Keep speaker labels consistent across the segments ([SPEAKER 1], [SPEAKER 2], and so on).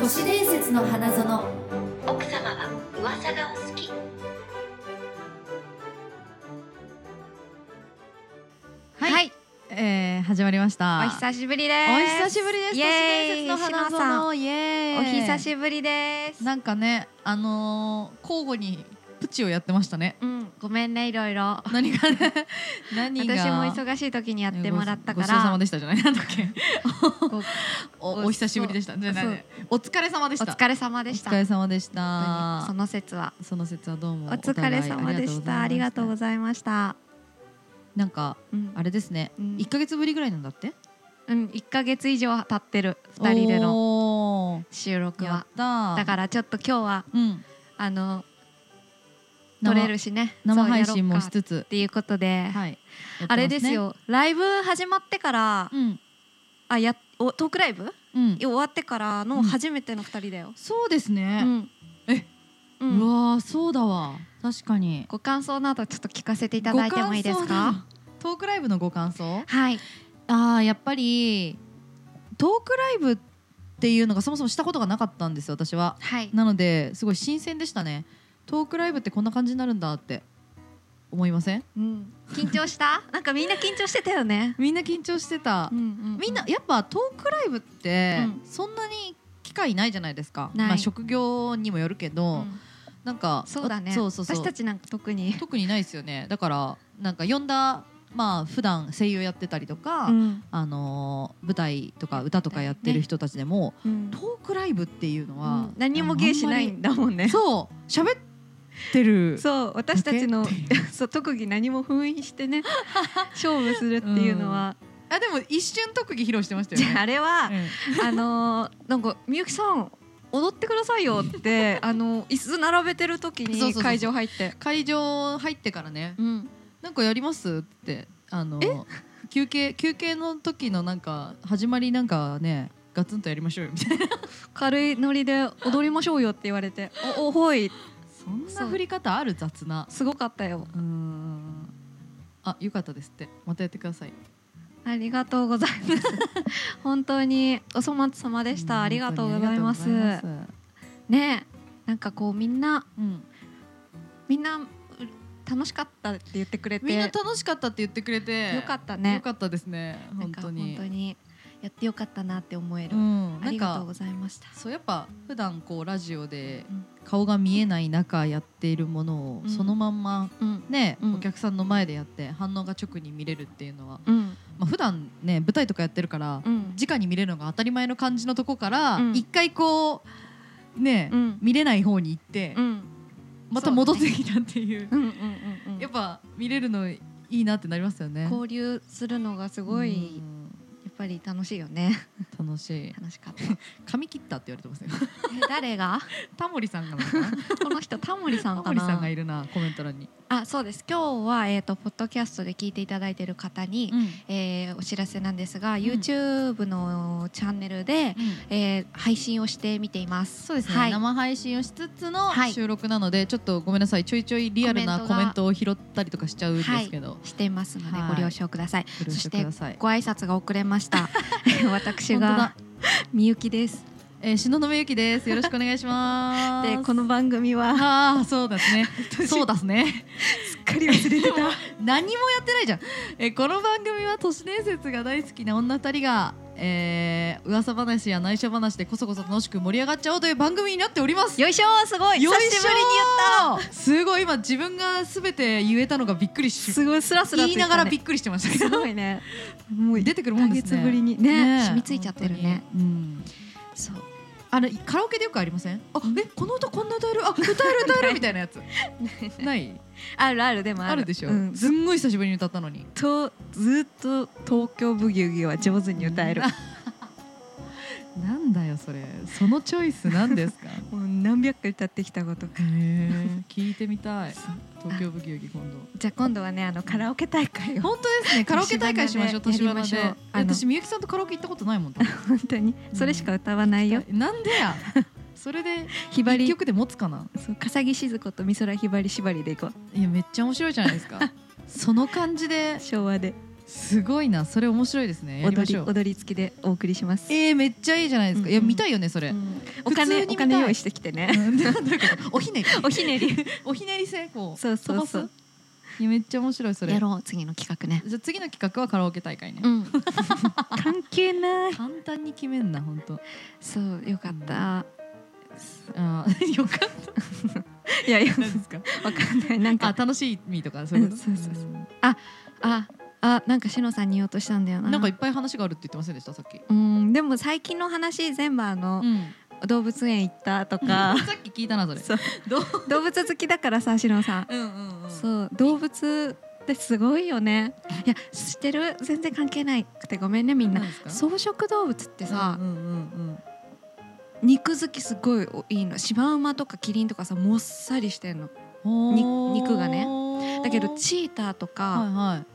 [SPEAKER 1] 都市伝説の花園
[SPEAKER 2] 奥様は噂がお好き
[SPEAKER 3] はい、
[SPEAKER 4] はい
[SPEAKER 3] えー始まりました。
[SPEAKER 4] お久しぶりで
[SPEAKER 3] お
[SPEAKER 4] す。
[SPEAKER 3] 久しぶりです。
[SPEAKER 4] イエーイ
[SPEAKER 3] 都市伝説の花
[SPEAKER 4] 篠さん
[SPEAKER 3] 園。イエー
[SPEAKER 4] お
[SPEAKER 3] イ
[SPEAKER 4] 久しぶりです。
[SPEAKER 3] なんかね、あのー交互にプチをやってましたね。
[SPEAKER 4] うん、ごめんねいろいろ。
[SPEAKER 3] 何がね、何が
[SPEAKER 4] 私も忙しい時にやってもらったか
[SPEAKER 3] ごごちそうさま
[SPEAKER 4] ら。
[SPEAKER 3] でしたじゃないなんだっけ。
[SPEAKER 4] ご
[SPEAKER 3] お
[SPEAKER 4] ご
[SPEAKER 3] お久しぶりでした。じゃあ
[SPEAKER 4] そう
[SPEAKER 3] なんでお疲れ様で し
[SPEAKER 4] お
[SPEAKER 3] た。
[SPEAKER 4] 疲れ様でした。
[SPEAKER 3] お疲れ様でし
[SPEAKER 4] 本当に
[SPEAKER 3] た
[SPEAKER 4] そ。の説は。
[SPEAKER 3] その説はどうも
[SPEAKER 4] お疲れ様でした。ありがとうご
[SPEAKER 3] ざいま
[SPEAKER 4] ざいました。
[SPEAKER 3] す。なんか
[SPEAKER 4] うん
[SPEAKER 3] あれですね
[SPEAKER 4] うん、
[SPEAKER 3] 一ヶ月ぶりぐらいなんだって。
[SPEAKER 4] うん、一ヶ月以上経ってる二人での
[SPEAKER 3] の
[SPEAKER 4] 収録
[SPEAKER 3] や
[SPEAKER 4] は
[SPEAKER 3] っ。た。
[SPEAKER 4] だからちょっと今日は
[SPEAKER 3] うん
[SPEAKER 4] あの
[SPEAKER 3] 生
[SPEAKER 4] 撮れるしね。そ
[SPEAKER 3] 生
[SPEAKER 4] うやろ
[SPEAKER 3] 配
[SPEAKER 4] っ
[SPEAKER 3] 信も
[SPEAKER 4] か
[SPEAKER 3] しつつ
[SPEAKER 4] っ。ていうことで。
[SPEAKER 3] はい。
[SPEAKER 4] あれです。よライブ始まってから
[SPEAKER 3] うん。
[SPEAKER 4] あやおトークライブ
[SPEAKER 3] うん。
[SPEAKER 4] 終わってから
[SPEAKER 3] うん
[SPEAKER 4] の初めての二人だよ。
[SPEAKER 3] そうです
[SPEAKER 4] う
[SPEAKER 3] ね。
[SPEAKER 4] ん。
[SPEAKER 3] え
[SPEAKER 4] う。
[SPEAKER 3] うんわー、そうだわ。確かに。
[SPEAKER 4] ご感想などちょっと聞かせていただいてもいいです
[SPEAKER 3] ご感
[SPEAKER 4] か。
[SPEAKER 3] 想だ。トークライブのご感想。
[SPEAKER 4] はい。
[SPEAKER 3] ああ、やっぱり。トークライブ。っていうのがそもそもしたことがなかったんですよ。私は。
[SPEAKER 4] はい。
[SPEAKER 3] なので、すごい新鮮でしたね。トークライブってこんな感じになるんだって。思いません。
[SPEAKER 4] うん。緊張した？なんかみんな緊張してたよね。
[SPEAKER 3] みんな緊張してた。
[SPEAKER 4] ん
[SPEAKER 3] みんなやっぱトークライブって
[SPEAKER 4] うん
[SPEAKER 3] そんなに機会ないじゃないですか、
[SPEAKER 4] ない
[SPEAKER 3] まあ職業にもよるけ
[SPEAKER 4] う
[SPEAKER 3] ど、
[SPEAKER 4] ん
[SPEAKER 3] なんか
[SPEAKER 4] そうだね。
[SPEAKER 3] そうそうそう
[SPEAKER 4] 私たちなんか特に。
[SPEAKER 3] 特にないですよねだからなんか呼んだまあ普段声優やってたりとか、
[SPEAKER 4] ん。
[SPEAKER 3] あのー舞台とか歌とかやってる人たちでも、
[SPEAKER 4] うん
[SPEAKER 3] トークライブっていうのは、
[SPEAKER 4] 何も芸しないん
[SPEAKER 3] だ、
[SPEAKER 4] だもんね。
[SPEAKER 3] そう喋ってる
[SPEAKER 4] そう私たちの
[SPEAKER 3] だけ
[SPEAKER 4] そう特技何も封印してね勝負するっていうのは、
[SPEAKER 3] あでも一瞬特技披露してましたよ
[SPEAKER 4] じゃあ
[SPEAKER 3] ね
[SPEAKER 4] あれは、
[SPEAKER 3] うん
[SPEAKER 4] あのーなんかみゆきさん踊ってくださいよ ってあのー椅子並べてる時
[SPEAKER 3] そうそう
[SPEAKER 4] に
[SPEAKER 3] そう
[SPEAKER 4] 会場入って
[SPEAKER 3] 会場入ってからね
[SPEAKER 4] うん
[SPEAKER 3] なんかやりますってあの休憩休憩の時のなんか始まりなんかねガツンとやりましょうよ みたいな
[SPEAKER 4] 軽いノリで踊りましょうよって言われておおほい
[SPEAKER 3] そんな振り方ある雑な
[SPEAKER 4] すごかったよ
[SPEAKER 3] うーんあよかったですってまたやってください
[SPEAKER 4] ありがとうござい ます本当にお粗末様でしたありがとうございます
[SPEAKER 3] ありがとうございます
[SPEAKER 4] ねえなんかこうみんな
[SPEAKER 3] うん、
[SPEAKER 4] みんなう楽しかったって言ってくれて
[SPEAKER 3] みんな楽しかったって言ってくれて
[SPEAKER 4] よかったね
[SPEAKER 3] よかったですね
[SPEAKER 4] なん
[SPEAKER 3] 本
[SPEAKER 4] か
[SPEAKER 3] 当に
[SPEAKER 4] 本当にやってよかったなって思える、
[SPEAKER 3] うん
[SPEAKER 4] あ
[SPEAKER 3] な
[SPEAKER 4] り
[SPEAKER 3] ん
[SPEAKER 4] がとう
[SPEAKER 3] か
[SPEAKER 4] ございました
[SPEAKER 3] そうやっぱ普段こうラジオで
[SPEAKER 4] うん
[SPEAKER 3] 顔が見えない中やっているもの
[SPEAKER 4] うん
[SPEAKER 3] をそのまんま
[SPEAKER 4] うん
[SPEAKER 3] ね、
[SPEAKER 4] うん
[SPEAKER 3] お客さんの前でやって反応が直に見れるっていうのは、
[SPEAKER 4] うん
[SPEAKER 3] まあ普段ね舞台とかやってるから、
[SPEAKER 4] うん
[SPEAKER 3] 直に見れるのが当たり前の感じのとこから、
[SPEAKER 4] うん
[SPEAKER 3] 一回こうね、
[SPEAKER 4] うん
[SPEAKER 3] 見れない方に行って、
[SPEAKER 4] うん
[SPEAKER 3] また戻ってきたっていう
[SPEAKER 4] うんうんうんうん
[SPEAKER 3] やっぱ見れるのいいなってなりますよね。
[SPEAKER 4] 交流するのがすごい
[SPEAKER 3] うん
[SPEAKER 4] やっぱり楽しいよね
[SPEAKER 3] 楽しい
[SPEAKER 4] 楽しかったえ
[SPEAKER 3] 髪切ったって言われてますよ
[SPEAKER 4] 誰が
[SPEAKER 3] タモリさんがなのかな
[SPEAKER 4] この人タモリさ
[SPEAKER 3] タ
[SPEAKER 4] んか
[SPEAKER 3] モリさんが
[SPEAKER 4] ない
[SPEAKER 3] るなコメント欄に、
[SPEAKER 4] あそうです今日はえっ、とポッドキャストで聞いていただいている方に、えーお知らせなんですが、YouTube のチャンネルで、えー配信をしてみています
[SPEAKER 3] そうですね、
[SPEAKER 4] はい、
[SPEAKER 3] 生配信をしつつの
[SPEAKER 4] はい
[SPEAKER 3] 収録なので、ちょっとごめんなさいちょいちょいリアルな
[SPEAKER 4] コメン
[SPEAKER 3] コ
[SPEAKER 4] トが
[SPEAKER 3] メントを拾ったりとかしちゃうんですけど、
[SPEAKER 4] していますので
[SPEAKER 3] はい
[SPEAKER 4] ご了承ください、
[SPEAKER 3] ご了
[SPEAKER 4] そ
[SPEAKER 3] 承
[SPEAKER 4] し
[SPEAKER 3] く
[SPEAKER 4] て
[SPEAKER 3] ださい
[SPEAKER 4] ご挨拶が遅れました私
[SPEAKER 3] 本当
[SPEAKER 4] が
[SPEAKER 3] だ
[SPEAKER 4] みゆきです
[SPEAKER 3] えー、篠宮ゆきです。よろしくお願いします。
[SPEAKER 4] でこの番組は
[SPEAKER 3] ああそうですね。 そうですね。
[SPEAKER 4] すっかり忘れてた
[SPEAKER 3] 何もやってないじゃん。えーこの番組は都市伝説が大好きな女二人が、えー、噂話や内緒話でこそこそ楽しく盛り上がっちゃおうという番組になっております。
[SPEAKER 4] よいしょーすごい
[SPEAKER 3] よいしょー
[SPEAKER 4] 久しぶりに言っ
[SPEAKER 3] すごい今自分がすべて言えたのがびっくり
[SPEAKER 4] た
[SPEAKER 3] し、
[SPEAKER 4] すごいスラスラ
[SPEAKER 3] 言いながらび
[SPEAKER 4] っ
[SPEAKER 3] っくりしてましたけ
[SPEAKER 4] す
[SPEAKER 3] ど。
[SPEAKER 4] ごいね
[SPEAKER 3] もう出てくるもんですね。
[SPEAKER 4] ヶ月ぶりにね染みついちゃってるね。
[SPEAKER 3] 本当にうん。
[SPEAKER 4] そう
[SPEAKER 3] あれカラオケでよくありません？あ、えこの歌こんな歌える、あ歌える歌えるみたいな やつ。ない。
[SPEAKER 4] あるあるでもある
[SPEAKER 3] あるでしょ、
[SPEAKER 4] うん、ず
[SPEAKER 3] すんごい久しぶりに歌ったのに
[SPEAKER 4] っとずっと東京ブギウギは上手に歌える
[SPEAKER 3] ななんだよそれそのチョイスなんですか へ
[SPEAKER 4] もう何百回歌ってきたことか
[SPEAKER 3] え聞いてみたい東京ブギウギ今度
[SPEAKER 4] じゃあ今度はねあのカラオケ大会を
[SPEAKER 3] 本当 ですねカラオケ大会しましょう
[SPEAKER 4] 年
[SPEAKER 3] 年
[SPEAKER 4] 花
[SPEAKER 3] 花
[SPEAKER 4] で
[SPEAKER 3] で
[SPEAKER 4] やりましょうあの
[SPEAKER 3] 私みゆきさんとカラオケ行ったことないもん
[SPEAKER 4] 本当にそれしか歌わないよ、
[SPEAKER 3] なんで やそれで
[SPEAKER 4] ひば
[SPEAKER 3] 一
[SPEAKER 4] り
[SPEAKER 3] 曲で持つかな
[SPEAKER 4] そう笠木静子と美空ひばり縛りでいこう
[SPEAKER 3] いやめっちゃ面白いじゃないですかその感じで
[SPEAKER 4] 昭和で
[SPEAKER 3] すごいなそれ面白いですねやり
[SPEAKER 5] 踊
[SPEAKER 3] ま
[SPEAKER 5] り
[SPEAKER 3] しょう
[SPEAKER 5] 踊り付きでお送りします、
[SPEAKER 3] えー、めっちゃいいじゃないですか、いや
[SPEAKER 5] うん
[SPEAKER 3] 見たいよねそれ、
[SPEAKER 5] うんお
[SPEAKER 3] 普通に
[SPEAKER 5] 金
[SPEAKER 3] 見たい
[SPEAKER 5] お金用意してきてね、
[SPEAKER 3] うん なんだか おひねり
[SPEAKER 5] おひねり
[SPEAKER 3] おひねり成功
[SPEAKER 5] そうそうそ
[SPEAKER 3] 飛
[SPEAKER 5] う
[SPEAKER 3] ばすいやめっちゃ面白いそれ
[SPEAKER 4] やろう次の企画ね。
[SPEAKER 3] じゃあ次の企画はカラオケ大会ね、
[SPEAKER 4] うん、
[SPEAKER 5] 関係ない
[SPEAKER 3] 簡単に決めんな本当
[SPEAKER 4] そうよかった。
[SPEAKER 3] あー よかった
[SPEAKER 5] いやいや
[SPEAKER 3] なんですか
[SPEAKER 5] わかんないなん
[SPEAKER 3] あ
[SPEAKER 5] か
[SPEAKER 3] 楽しいみとかそういうこと
[SPEAKER 5] うんそうそうそ
[SPEAKER 4] ああなんかしのさんに言おうとしたんだよな。
[SPEAKER 3] なんかいっぱい話があるって言ってませんでしたさっき、
[SPEAKER 4] うんでも最近の話全部あの、動物園行ったとか
[SPEAKER 3] さっき聞いたなそれ
[SPEAKER 5] そう
[SPEAKER 3] どう
[SPEAKER 4] 動物好きだからさしのさん。
[SPEAKER 3] うんうんうん
[SPEAKER 4] そう動物ってすごいよね。いや知ってる全然関係ないくてごめんねみんな。
[SPEAKER 3] 何ですか
[SPEAKER 4] 草食動物ってさ
[SPEAKER 3] う、んうんうん
[SPEAKER 4] 肉好きすごいいいのシマウマとかキリンとかさもっさりしてんの
[SPEAKER 3] うん
[SPEAKER 4] に
[SPEAKER 3] ほー
[SPEAKER 4] 肉がねだけどチーターとか、
[SPEAKER 3] はいはい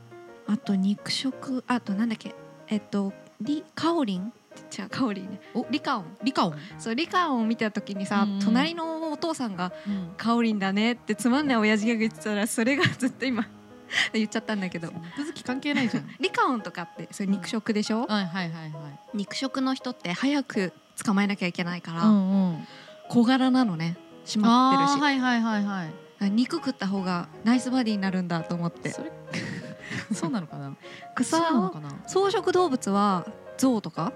[SPEAKER 4] あと肉食あとなんだっけえっとリカオリン違うカオリンね
[SPEAKER 3] お
[SPEAKER 4] リカオン
[SPEAKER 3] リカオン、
[SPEAKER 4] そうリカオンを見た時にさ、
[SPEAKER 3] うん
[SPEAKER 4] 隣のお父さんが「カオリンだね」ってつまんない親父ギャグ言ってたらそれがずっと今 言っちゃったんだけど
[SPEAKER 3] 肉好き関係ないじゃん
[SPEAKER 4] リカオンとかってそれ肉食でしょ、
[SPEAKER 3] はいはいはいはい
[SPEAKER 4] 肉食の人って早く捕まえなきゃいけないから、
[SPEAKER 3] んうん
[SPEAKER 4] 小柄なのねしまってる
[SPEAKER 3] あ
[SPEAKER 4] し
[SPEAKER 3] ー、はいはいはいはい
[SPEAKER 4] あ肉食った方がナイスバディになるんだと思って
[SPEAKER 3] それ そうなのかな
[SPEAKER 4] 草
[SPEAKER 3] そうなの
[SPEAKER 4] を
[SPEAKER 3] かな
[SPEAKER 4] 草食動物は象とか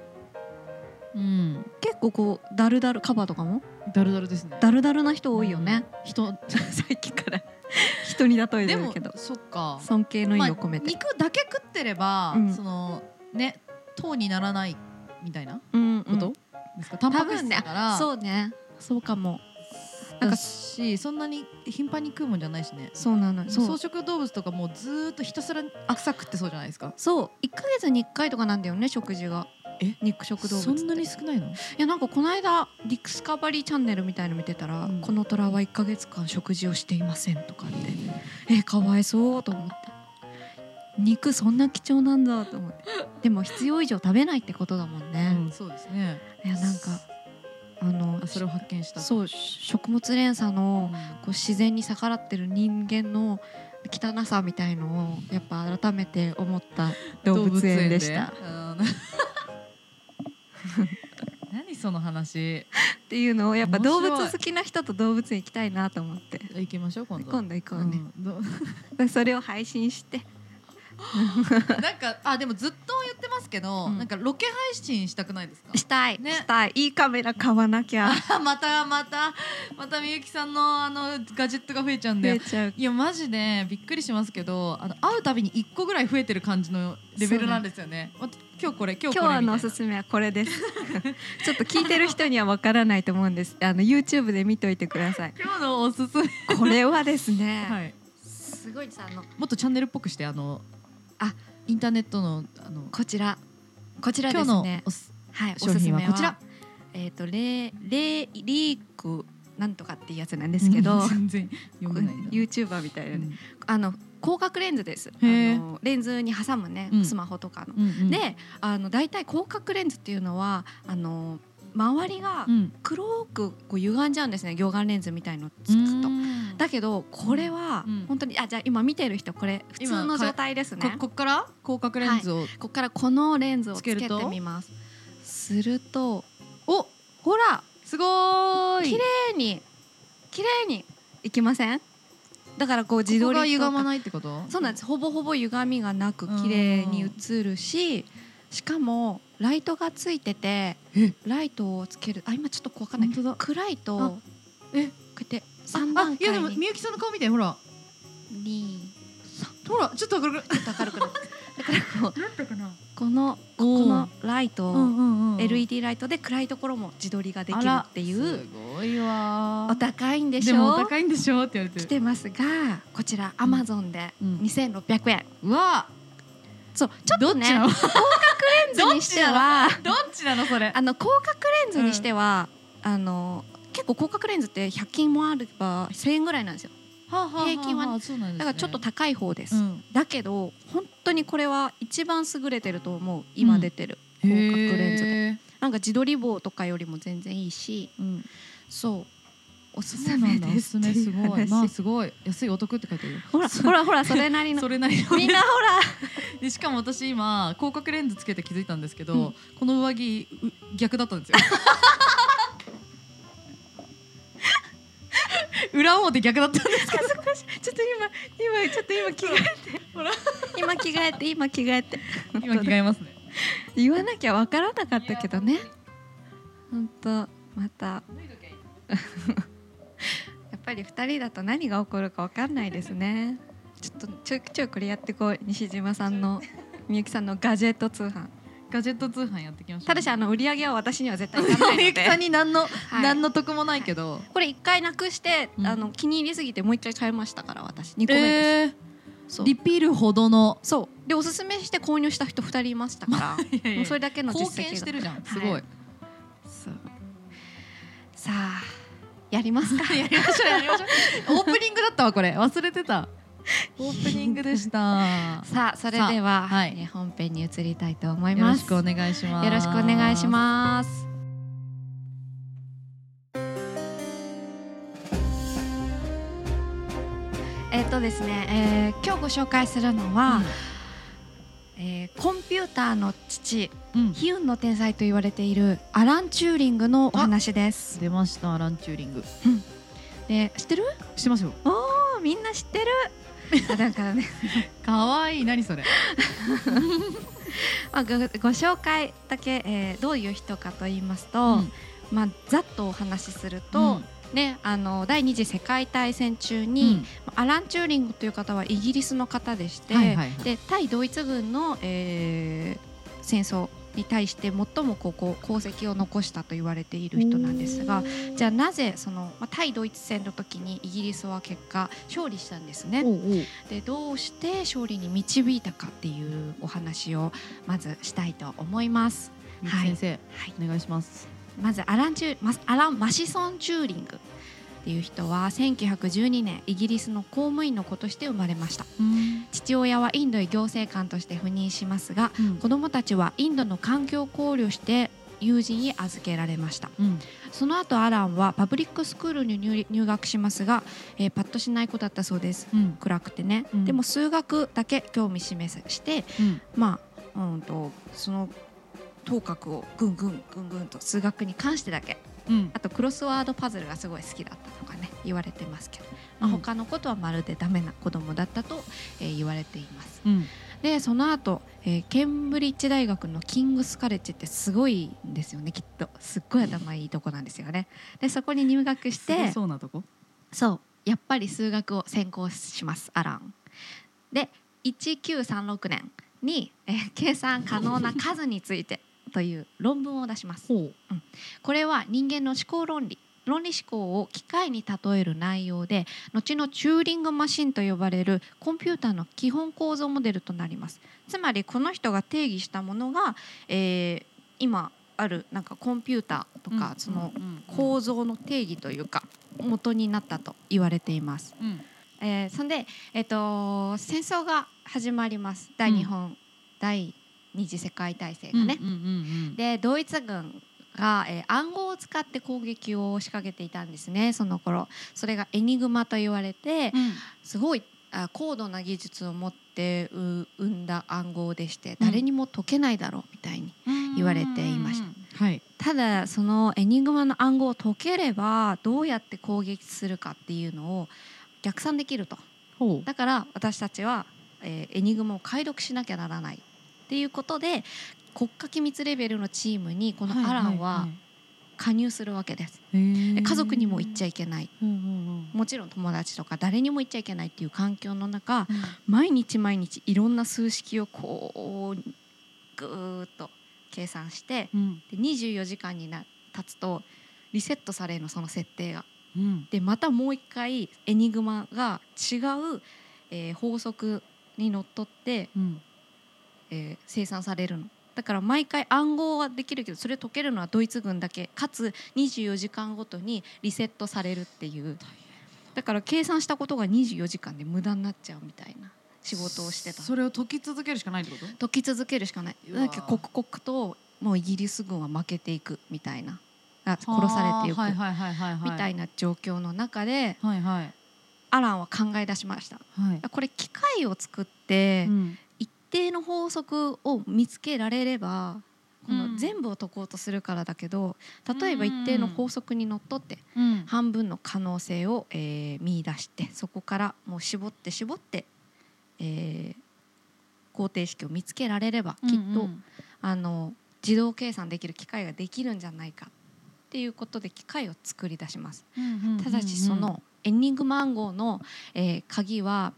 [SPEAKER 3] うん
[SPEAKER 4] 結構こうダルダルカバとかも
[SPEAKER 3] だるだるですね
[SPEAKER 4] ダルダルな人多いよね、
[SPEAKER 3] 人
[SPEAKER 4] 最近から人に例えて
[SPEAKER 3] で
[SPEAKER 4] る
[SPEAKER 3] も
[SPEAKER 4] けど
[SPEAKER 3] そっか
[SPEAKER 4] 尊敬の意
[SPEAKER 3] まあ
[SPEAKER 4] を込めて、
[SPEAKER 3] 肉だけ食ってれば、
[SPEAKER 4] うん
[SPEAKER 3] そのね糖にならないみたいな
[SPEAKER 4] うん
[SPEAKER 3] こ
[SPEAKER 4] う
[SPEAKER 3] と、
[SPEAKER 4] ん
[SPEAKER 3] ですかタンパク質だから、
[SPEAKER 4] そうねそうかも
[SPEAKER 3] な
[SPEAKER 4] なんん
[SPEAKER 3] か
[SPEAKER 4] か
[SPEAKER 3] しそんなに頻繁に食うもんじゃないしね
[SPEAKER 4] そうなのよそ
[SPEAKER 3] 草
[SPEAKER 4] う
[SPEAKER 3] 食動物とかもうずーっとひたすら草食ってそうじゃないですか
[SPEAKER 4] そう1ヶ月に1回とかなんだよね食事が
[SPEAKER 3] え
[SPEAKER 4] 肉食動物
[SPEAKER 3] そ
[SPEAKER 4] って
[SPEAKER 3] んなに少ないの
[SPEAKER 4] いやなんかこの間ディクスカバリーチャンネルみたいの見てたら、
[SPEAKER 3] うん
[SPEAKER 4] この虎は1ヶ月間食事をしていませんとかってえかわいそうと思って肉そんな貴重なんだと思ってでも必要以上食べないってことだもんね、
[SPEAKER 3] うんそうですね
[SPEAKER 4] いやなんかあの
[SPEAKER 3] あそれを発見した
[SPEAKER 4] そう食物連鎖のこ
[SPEAKER 3] う
[SPEAKER 4] う自然に逆らってる人間の汚さみたいのをやっぱ改めて思った動物園でした。
[SPEAKER 3] あー 何その話
[SPEAKER 4] っていうのをやっぱ
[SPEAKER 3] 面
[SPEAKER 4] 動
[SPEAKER 3] 白い
[SPEAKER 4] 物好きな人と動物園行きたいなと思って
[SPEAKER 3] 行きましょう今度
[SPEAKER 4] 今度行こうね、
[SPEAKER 3] うんどう
[SPEAKER 4] それを配信して
[SPEAKER 3] なんかあでもずっと言ってますけど、
[SPEAKER 4] うん
[SPEAKER 3] なんかロケ配信したくないですか
[SPEAKER 4] したい、
[SPEAKER 3] ね
[SPEAKER 4] したいいいカメラ買わなきゃ
[SPEAKER 3] あ またまたまたみゆきさんのあのガジェットが増えちゃうん
[SPEAKER 4] 増
[SPEAKER 3] だ
[SPEAKER 4] え
[SPEAKER 3] よ
[SPEAKER 4] ちゃう
[SPEAKER 3] いやマジでびっくりしますけどあの会うたびに1個ぐらい増えてる感じのレベルなんですよねま今日これ今日これみた
[SPEAKER 4] 今
[SPEAKER 3] いな
[SPEAKER 4] 日のおすすめはこれです ちょっと聞いてる人にはわからないと思うんですあの YouTube で見といてください
[SPEAKER 3] 今日のおすすめ、
[SPEAKER 4] これはですね、
[SPEAKER 3] はい、
[SPEAKER 4] すごいさあの
[SPEAKER 3] もっとチャンネルっぽくしてあの
[SPEAKER 4] あ
[SPEAKER 3] インターネットのあの
[SPEAKER 4] こちらこちらで
[SPEAKER 3] 今
[SPEAKER 4] す
[SPEAKER 3] 日の
[SPEAKER 4] ね
[SPEAKER 3] おす
[SPEAKER 4] はい
[SPEAKER 3] 商品は
[SPEAKER 4] おすすめ
[SPEAKER 3] こちら
[SPEAKER 4] えっ、とレレリークなんとかっていうやつなんですけ ど
[SPEAKER 3] 全然読めないんだ
[SPEAKER 4] ユーチューバーみたいな、
[SPEAKER 3] う
[SPEAKER 4] ね
[SPEAKER 3] ん
[SPEAKER 4] あの広角レンズですあ
[SPEAKER 3] へー
[SPEAKER 4] のレンズに挟むね、
[SPEAKER 3] うん
[SPEAKER 4] スマホとかの、
[SPEAKER 3] うんうん、
[SPEAKER 4] であの大体広角レンズっていうのはあの周りが
[SPEAKER 3] うん、
[SPEAKER 4] 黒くこう歪んじゃうんですね魚眼レンズみたいのつ
[SPEAKER 3] う
[SPEAKER 4] くと。
[SPEAKER 3] ん
[SPEAKER 4] だけどこれは
[SPEAKER 3] うん
[SPEAKER 4] 本当に、あじゃあ今見てる人これ普通の状態ですね
[SPEAKER 3] ここっから広角レンズを、
[SPEAKER 4] ここからこのレンズをつけて
[SPEAKER 3] つけると
[SPEAKER 4] みますすると
[SPEAKER 3] お
[SPEAKER 4] ほら
[SPEAKER 3] すごーい
[SPEAKER 4] 綺麗に綺麗にいきませんだからこう自
[SPEAKER 3] こ
[SPEAKER 4] 撮
[SPEAKER 3] こが
[SPEAKER 4] り
[SPEAKER 3] 歪
[SPEAKER 4] と
[SPEAKER 3] ま
[SPEAKER 4] か
[SPEAKER 3] ないってこと
[SPEAKER 4] そうなんですほぼほぼ歪みがなく
[SPEAKER 3] うん
[SPEAKER 4] 綺麗に映るししかもライトがついてて
[SPEAKER 3] え
[SPEAKER 4] ライトをつけるあ今ちょっとこうわかんない
[SPEAKER 3] 本当だ
[SPEAKER 4] 暗い
[SPEAKER 3] あ
[SPEAKER 4] と
[SPEAKER 3] え
[SPEAKER 4] こうやって
[SPEAKER 3] あ
[SPEAKER 4] 3段
[SPEAKER 3] あいやで
[SPEAKER 4] 階
[SPEAKER 3] も
[SPEAKER 4] に
[SPEAKER 3] みゆきさんの顔見てほら
[SPEAKER 4] に
[SPEAKER 3] ほらちょっと明るく
[SPEAKER 4] ちょっと明るくなってだからこう
[SPEAKER 3] なったかな
[SPEAKER 4] この
[SPEAKER 3] おー
[SPEAKER 4] このライト
[SPEAKER 3] う
[SPEAKER 4] を
[SPEAKER 3] んうんうん
[SPEAKER 4] LED ライトで暗いところも自撮りができるってい
[SPEAKER 3] あらす
[SPEAKER 4] う
[SPEAKER 3] ごいわー
[SPEAKER 4] お高いんで
[SPEAKER 3] で
[SPEAKER 4] し
[SPEAKER 3] もお
[SPEAKER 4] ょ
[SPEAKER 3] 高いんでしょって言われ
[SPEAKER 4] 来
[SPEAKER 3] て
[SPEAKER 4] て
[SPEAKER 3] る
[SPEAKER 4] ますがこちら Amazon で
[SPEAKER 3] うん
[SPEAKER 4] 2600円
[SPEAKER 3] うわ
[SPEAKER 4] そうちょっ
[SPEAKER 3] ど
[SPEAKER 4] と
[SPEAKER 3] っち
[SPEAKER 4] ね
[SPEAKER 3] なの
[SPEAKER 4] レンズにしては
[SPEAKER 3] どっちなのそれ
[SPEAKER 4] あの広角レンズにしては、あの結構広角レンズって100均もあれば1000円ぐらいなんですよ平均はね
[SPEAKER 3] そうなんですね
[SPEAKER 4] だからちょっと高い方です、
[SPEAKER 3] うん
[SPEAKER 4] だけど本当にこれは一番優れてると思う今出てる、広角レンズで
[SPEAKER 3] へー
[SPEAKER 4] なんか自撮り棒とかよりも全然いいし
[SPEAKER 3] うん
[SPEAKER 4] そう
[SPEAKER 3] おすすめ
[SPEAKER 4] だ
[SPEAKER 3] おすすめ
[SPEAKER 4] って
[SPEAKER 3] す
[SPEAKER 4] いう
[SPEAKER 3] ごい
[SPEAKER 4] 話
[SPEAKER 3] まあすごい安いお得って書いてあるよ
[SPEAKER 4] ほら
[SPEAKER 3] そ
[SPEAKER 4] ほらほ らそれなりの
[SPEAKER 3] それなりの
[SPEAKER 4] みんなほら
[SPEAKER 3] でしかも私今広角レンズつけて気づいたんですけど、この上着う逆だった んですよ裏表逆だったんです けど
[SPEAKER 4] ちょっと今今ちょっと今着替えて
[SPEAKER 3] ほら
[SPEAKER 4] 今着替えて今着替えて
[SPEAKER 3] 今着替えますね
[SPEAKER 4] 言わなきゃわからなかったけどね本当またやっぱり二人だと何が起こるかわかんないですねちょっとちょいちょいこれやってこう西島さんのみゆきさんのガジェット通販
[SPEAKER 3] ガジェット通販やってきました
[SPEAKER 4] ただしあの売り上げは私には絶対いかない
[SPEAKER 3] みゆ
[SPEAKER 4] の
[SPEAKER 3] きさん
[SPEAKER 4] で
[SPEAKER 3] に何の、
[SPEAKER 4] い
[SPEAKER 3] 何の得もないけど、
[SPEAKER 4] これ一回なくして、
[SPEAKER 3] うん
[SPEAKER 4] あの気に入りすぎてもう一回買いましたから私二個目です、
[SPEAKER 3] え
[SPEAKER 4] そう
[SPEAKER 3] ー、リピールほどの
[SPEAKER 4] そうでおすすめして購入した人二人いましたからもうそれだけの
[SPEAKER 3] 貢
[SPEAKER 4] 実
[SPEAKER 3] 献
[SPEAKER 4] 績
[SPEAKER 3] して
[SPEAKER 4] が
[SPEAKER 3] るじゃんすごい、
[SPEAKER 4] はいそうさあ やりますか
[SPEAKER 3] やりましょうやりましょうオープニングだったわこれ忘れ てたオープニングでした
[SPEAKER 4] さあそれでは、
[SPEAKER 3] はい
[SPEAKER 4] えー本編に移りたいと思い
[SPEAKER 3] よろ
[SPEAKER 4] ま
[SPEAKER 3] し
[SPEAKER 4] す
[SPEAKER 3] くお願いします
[SPEAKER 4] よろしくお願いしますえっとですね、えー、今日ご紹介するのは、えーコンピューターの父
[SPEAKER 3] うんうん
[SPEAKER 4] 悲運の天才と言われているアラン・チューリングのお話です
[SPEAKER 3] 出ましたアランチューリング
[SPEAKER 4] で知ってる
[SPEAKER 3] してますよ
[SPEAKER 4] おーみんな知ってるあだからね
[SPEAKER 3] 可愛い何それ
[SPEAKER 4] まあ、ごご紹介だけ、えーどういう人かと言いますと、
[SPEAKER 3] うん
[SPEAKER 4] まあ、ざっとお話しすると、ね、あの第二次世界大戦中
[SPEAKER 3] う
[SPEAKER 4] に、
[SPEAKER 3] ん
[SPEAKER 4] アラン・チューリングという方はイギリスの方でして、
[SPEAKER 3] はいはいはい
[SPEAKER 4] で対ドイツ軍の、えー戦争に対して最もこうこう功績を残したと言われている人なんですがじゃあなぜその、まあ、対ドイツ戦の時にイギリスは結果勝利したんですね。
[SPEAKER 3] おうおう
[SPEAKER 4] でどうして勝利に導いたかっていうお話をまずしたいと思います。
[SPEAKER 3] みゆき先生、
[SPEAKER 4] はい、
[SPEAKER 3] お願いします
[SPEAKER 4] まずアランチューマスアランマシソン・チューリングっていう人は1912年イギリスの公務員の子として生まれました。
[SPEAKER 3] うん
[SPEAKER 4] 父親はインドへ行政官として赴任しますが、
[SPEAKER 3] うん
[SPEAKER 4] 子どもたちはインドの環境を考慮して友人に預けられました。
[SPEAKER 3] うん
[SPEAKER 4] その後アランはパブリックスクールに入入学しますが、えーパッとしない子だったそうです。
[SPEAKER 3] うん
[SPEAKER 4] 暗くてね、
[SPEAKER 3] うん
[SPEAKER 4] でも数学だけ興味示して
[SPEAKER 3] うん
[SPEAKER 4] まあうんとその頭角をぐんぐんぐんぐんと数学に関してだけ
[SPEAKER 3] うん
[SPEAKER 4] あとクロスワードパズルがすごい好きだったとかね言われてますけど、まあ、
[SPEAKER 3] うん
[SPEAKER 4] 他のことはまるでダメな子供だったと、えー言われています
[SPEAKER 3] うん
[SPEAKER 4] でその後、えーケンブリッジ大学のキングスカレッジってすごいんですよねきっとすっごい頭いいとこなんですよねでそこに入学し
[SPEAKER 3] すご
[SPEAKER 4] て
[SPEAKER 3] そうなとこ
[SPEAKER 4] そうやっぱり数学を専攻しますアラン。で1936年に、えー計算可能な数についてという論文を出します。
[SPEAKER 3] ほう
[SPEAKER 4] これは人間の思考論理論理思考を機械に例える内容で後のチューリングマシンと呼ばれるコンピューターの基本構造モデルとなりますつまりこの人が定義したものが、えー今あるなんかコンピューターとか、その
[SPEAKER 3] うん
[SPEAKER 4] 構造の定義というか元になったと言われています。
[SPEAKER 3] うん
[SPEAKER 4] えーそんで、えっと戦争が始まります第日本、第二次世界大戦
[SPEAKER 3] う
[SPEAKER 4] が
[SPEAKER 3] ん
[SPEAKER 4] ね。
[SPEAKER 3] うんうんうん
[SPEAKER 4] でドイツ軍が、えー暗号を使って攻撃を仕掛けていたんですねその頃それがエニグマと言われて
[SPEAKER 3] うん。
[SPEAKER 4] すごいあ高度な技術を持ってう生んだ暗号でして誰にも解けないだろうみたいに言われていました
[SPEAKER 3] はい。
[SPEAKER 4] ただそのエニグマの暗号を解ければどうやって攻撃するかっていうのを逆算できると
[SPEAKER 3] ほ
[SPEAKER 4] だから私たちは、えーエニグマを解読しなきゃならないっていうことで国家機密レベルのチームにこ
[SPEAKER 3] う。
[SPEAKER 4] のアランは加入するわけです、
[SPEAKER 3] いはいはい、
[SPEAKER 4] で家族にも言っち
[SPEAKER 3] ゃ
[SPEAKER 4] ゃいけない
[SPEAKER 3] うんうん
[SPEAKER 4] もちろん友達とか誰にも言っちゃいけないっていう環境の中
[SPEAKER 3] うん。
[SPEAKER 4] 毎日毎日いろんな数式をこうぐーっと計算して
[SPEAKER 3] うん
[SPEAKER 4] で24時間にな経つとリセットされるのその設定が。
[SPEAKER 3] うん
[SPEAKER 4] でまたもう一回エニグマが違う、えー法則にのっとって、
[SPEAKER 3] うん
[SPEAKER 4] えー生産されるの。だから毎回暗号はできるけどそれ解けるのはドイツ軍だけかつ24時間ごとにリセットされるっていうだから計算したことが24時間で無駄になっちゃうみたいな仕事をしてた
[SPEAKER 3] それを解き続けるしかないってこと？
[SPEAKER 4] 解き続けるしかないう
[SPEAKER 3] わ
[SPEAKER 4] だけど刻々ともうイギリス軍は負けていくみたいなが殺されていく、
[SPEAKER 3] はいはいはいはいはい
[SPEAKER 4] みたいな状況の中で
[SPEAKER 3] はいはい
[SPEAKER 4] アランは考え出しました
[SPEAKER 3] はい
[SPEAKER 4] これ機械を作って
[SPEAKER 3] うん
[SPEAKER 4] 一定の法則を見つけられればこ
[SPEAKER 3] う
[SPEAKER 4] の
[SPEAKER 3] ん
[SPEAKER 4] 全部を解こうとするからだけど例えば
[SPEAKER 3] うん
[SPEAKER 4] 一定の法則にのっとって
[SPEAKER 3] うん
[SPEAKER 4] 半分の可能性を、えー見出してそこからもう絞って絞って、えー方程式を見つけられればきっと、
[SPEAKER 3] うん
[SPEAKER 4] あの自動計算できる機械ができるんじゃないかっていうことで機械を作り出します。
[SPEAKER 3] うん
[SPEAKER 4] ただしそのエンディングマンゴーの、えー鍵は、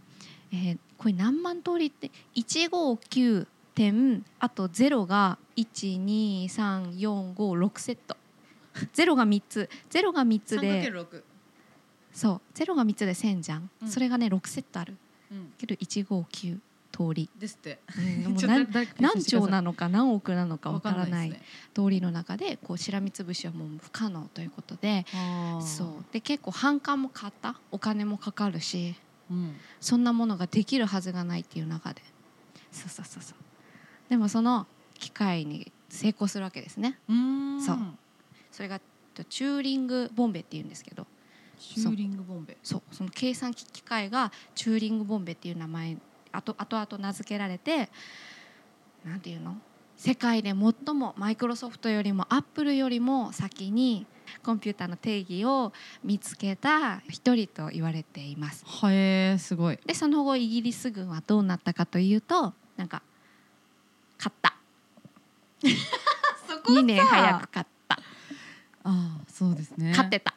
[SPEAKER 4] えーこれ何万通りって159点あと0が12345セット0が3つ0が3つで
[SPEAKER 3] 3×6
[SPEAKER 4] そう0が3つで1000じゃん、
[SPEAKER 3] うん
[SPEAKER 4] それがね6セットある
[SPEAKER 3] うん
[SPEAKER 4] けど159通り、
[SPEAKER 3] ですって
[SPEAKER 4] うんもう
[SPEAKER 3] ちょっ
[SPEAKER 4] 何
[SPEAKER 3] と誰か
[SPEAKER 4] 何兆
[SPEAKER 3] わ
[SPEAKER 4] なのか何億なのかわからない
[SPEAKER 3] ですね
[SPEAKER 4] 通りの中でこうしらみつぶしはもう不可能ということで
[SPEAKER 3] あー
[SPEAKER 4] そうで結構反感も買ったお金もかかるし
[SPEAKER 3] うん
[SPEAKER 4] そんなものができるはずがないっていう中でそうそうそうそうでもその機械に成功するわけですね
[SPEAKER 3] うーん
[SPEAKER 4] そうそれがチューリングボンベっていうんですけど
[SPEAKER 3] シューリングボンベ
[SPEAKER 4] そうその計算機機械がチューリングボンベっていう名前あとあとあと名付けられてなんていうの世界で最もマイクロソフトよりもアップルよりも先にコンピューターの定義を見つけた一人と言われています。
[SPEAKER 3] はえーすごい
[SPEAKER 4] でその後イギリス軍はどうなったかというとなんか勝った
[SPEAKER 3] そ
[SPEAKER 4] 2年早く勝った
[SPEAKER 3] あーそうですね
[SPEAKER 4] 勝ってた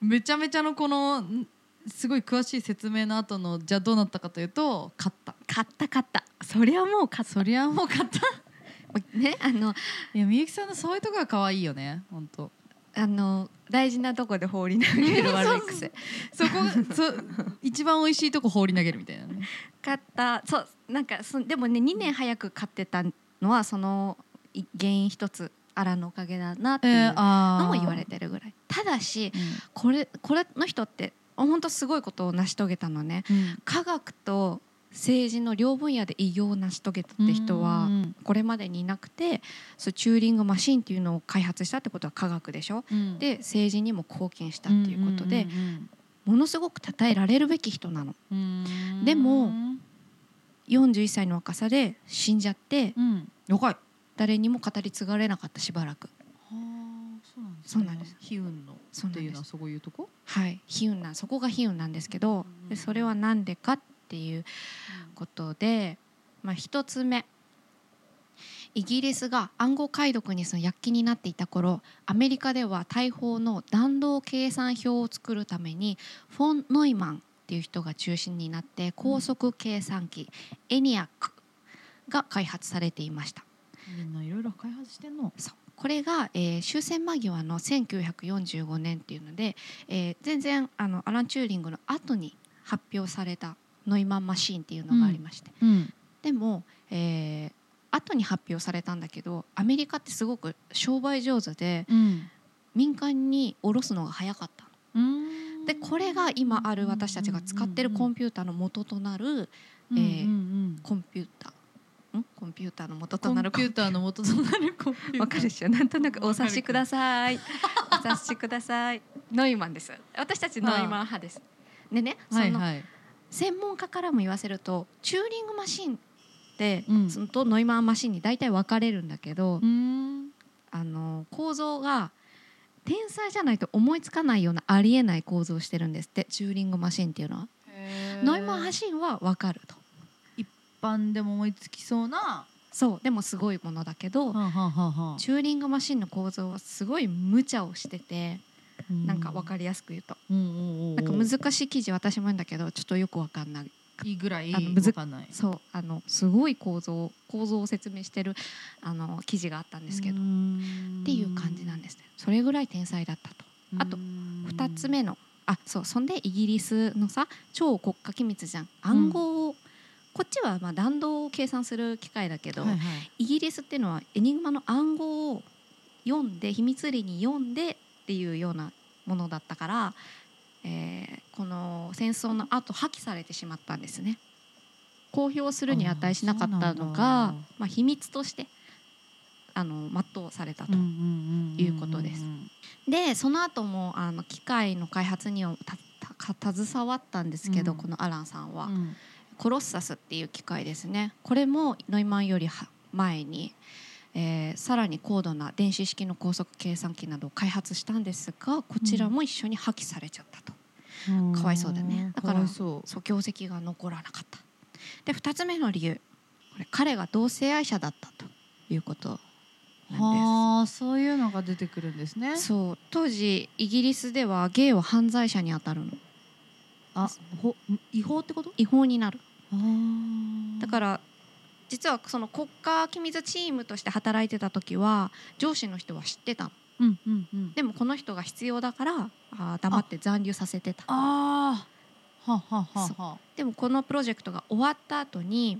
[SPEAKER 3] めちゃめちゃのこのんすごい詳しい説明の後のじゃあどうなったかというと勝った
[SPEAKER 4] 勝った勝ったそりゃもう勝っ
[SPEAKER 3] そりゃもう勝った
[SPEAKER 4] たねあの
[SPEAKER 3] いやみゆきさんのそういうとこが可愛いよね本当
[SPEAKER 4] あの大事なとこで放り投げる悪い癖
[SPEAKER 3] そこが そ一番美味しいとこ放り投げるみたいなね
[SPEAKER 4] 勝ったそうなんかそでもね2年早く勝ってたのはそのい原因一つアランのおかげだなっていう
[SPEAKER 3] あ
[SPEAKER 4] の
[SPEAKER 3] ー
[SPEAKER 4] も言われてるぐらいただし
[SPEAKER 3] う
[SPEAKER 4] これこれの人って本当すごいことを成し遂げたのね
[SPEAKER 3] んうん
[SPEAKER 4] 科学と政治の両分野で偉業を成し遂げたって人は
[SPEAKER 3] うん
[SPEAKER 4] これまでにいなくてそうチューリングマシンっていうのを開発したってことは科学でしょ
[SPEAKER 3] うん
[SPEAKER 4] で政治にも貢献したっていうことで
[SPEAKER 3] うん
[SPEAKER 4] ものすごく称えられるべき人なの
[SPEAKER 3] うんうん
[SPEAKER 4] でも41歳の若さで死んじゃって
[SPEAKER 3] うん若い
[SPEAKER 4] 誰にも語り継がれなかったしばらく
[SPEAKER 3] そ
[SPEAKER 4] そうう
[SPEAKER 3] な
[SPEAKER 4] なんん
[SPEAKER 3] で
[SPEAKER 4] ですす
[SPEAKER 3] 悲運の
[SPEAKER 4] そう
[SPEAKER 3] っ
[SPEAKER 4] な
[SPEAKER 3] て
[SPEAKER 4] ん
[SPEAKER 3] いう
[SPEAKER 4] で
[SPEAKER 3] のは
[SPEAKER 4] す
[SPEAKER 3] そういうとこ
[SPEAKER 4] はい悲運なんそこが悲運なんですけど
[SPEAKER 3] うん
[SPEAKER 4] でそれは何でかっていうことで、まあ、一つ目イギリスが暗号解読にその躍起になっていた頃アメリカでは大砲の弾道計算表を作るためにフォン・ノイマンっていう人が中心になって高速計算機、エニアックが開発されていました。
[SPEAKER 3] みんないろいろ開発してんの
[SPEAKER 4] そうこれが、えー終戦間際の1945年っていうので、えー全然あのアラン・チューリングの後に発表されたノイマンマシーンっていうのがありまして、
[SPEAKER 3] うん
[SPEAKER 4] でも、えー後に発表されたんだけどアメリカってすごく商売上手で
[SPEAKER 3] うん
[SPEAKER 4] 民間に卸すのが早かったの
[SPEAKER 3] うん
[SPEAKER 4] でこれが今ある私たちが使ってるコンピューターの元となるえー
[SPEAKER 3] うんうんうん
[SPEAKER 4] コンピューターんコンピューターの元
[SPEAKER 3] コ
[SPEAKER 4] と
[SPEAKER 3] ン
[SPEAKER 4] なる
[SPEAKER 3] ピューターの元となるコンピューター
[SPEAKER 4] わかるでし ょ。なんとなくお察しください。お察しください。ノイマンです。私たちノイマン派です。でね、その、
[SPEAKER 3] はいはい
[SPEAKER 4] 専門家からも言わせると、チューリングマシンって、
[SPEAKER 3] うん
[SPEAKER 4] そのとノイマンマシンに大体分かれるんだけど、
[SPEAKER 3] うん
[SPEAKER 4] あの構造が天才じゃないと思いつかないようなありえない構造をしてるんですって、チューリングマシンっていうのは。ノイマンマシンは分かると。
[SPEAKER 3] 一般でも思いつきそうな
[SPEAKER 4] そう、でもすごいものだけど。チューリングマシンの構造はすごい無茶をしててなんか分かりやすく言うと
[SPEAKER 3] な
[SPEAKER 4] なんか難しい記事私も読んだけどちょっとよくわかんない
[SPEAKER 3] いいぐらい
[SPEAKER 4] あのむず
[SPEAKER 3] わかんない
[SPEAKER 4] そうあのすごい構造構造を説明してるあの記事があったんですけどっていう感じなん
[SPEAKER 3] す
[SPEAKER 4] ですねそれぐらい天才だったとあと2つ目のあそうそんでイギリスのさ超国家機密じゃん暗号を、こっちはまあ弾道を計算する機械だけど、
[SPEAKER 3] はいはい
[SPEAKER 4] イギリスっていうのはエニグマの暗号を読んで秘密裏に読んでっていうようなものだったから、えーこの戦争の後破棄されてしまったんですね。公表するに値しなかったの
[SPEAKER 3] あーそうな
[SPEAKER 4] が
[SPEAKER 3] んだ
[SPEAKER 4] まあ、秘密としてあの全うされたと、
[SPEAKER 3] うんうんうんうんうん
[SPEAKER 4] いうことですでその後もあの機械の開発にはたた携わったんですけど、
[SPEAKER 3] うん
[SPEAKER 4] このアランさんは、
[SPEAKER 3] うん
[SPEAKER 4] コロッサスっていう機械ですねこれもノイマンよりは前に、えーさらに高度な電子式の高速計算機などを開発したんですがこちらも一緒に破棄されちゃったと、かわいそうだねだから
[SPEAKER 3] わいそ
[SPEAKER 4] そう業績が残らなかったで2つ目の理由これ彼が同性愛者だったということ
[SPEAKER 3] う
[SPEAKER 4] なん
[SPEAKER 3] はあそういうのが出てくるんですね
[SPEAKER 4] ですそう当時イギリスではゲイは犯罪者に当たるの
[SPEAKER 3] あほ違法ってこと
[SPEAKER 4] 違法になるだ
[SPEAKER 3] だか
[SPEAKER 4] から実はその国家機密チームとして働いてた時は上司の人は知ってたの
[SPEAKER 3] らうんうんうん
[SPEAKER 4] でもこの人が必要だからあー黙って残留させてた
[SPEAKER 3] ああはあはあはあは
[SPEAKER 4] でもこのプロジェクトが終わった後に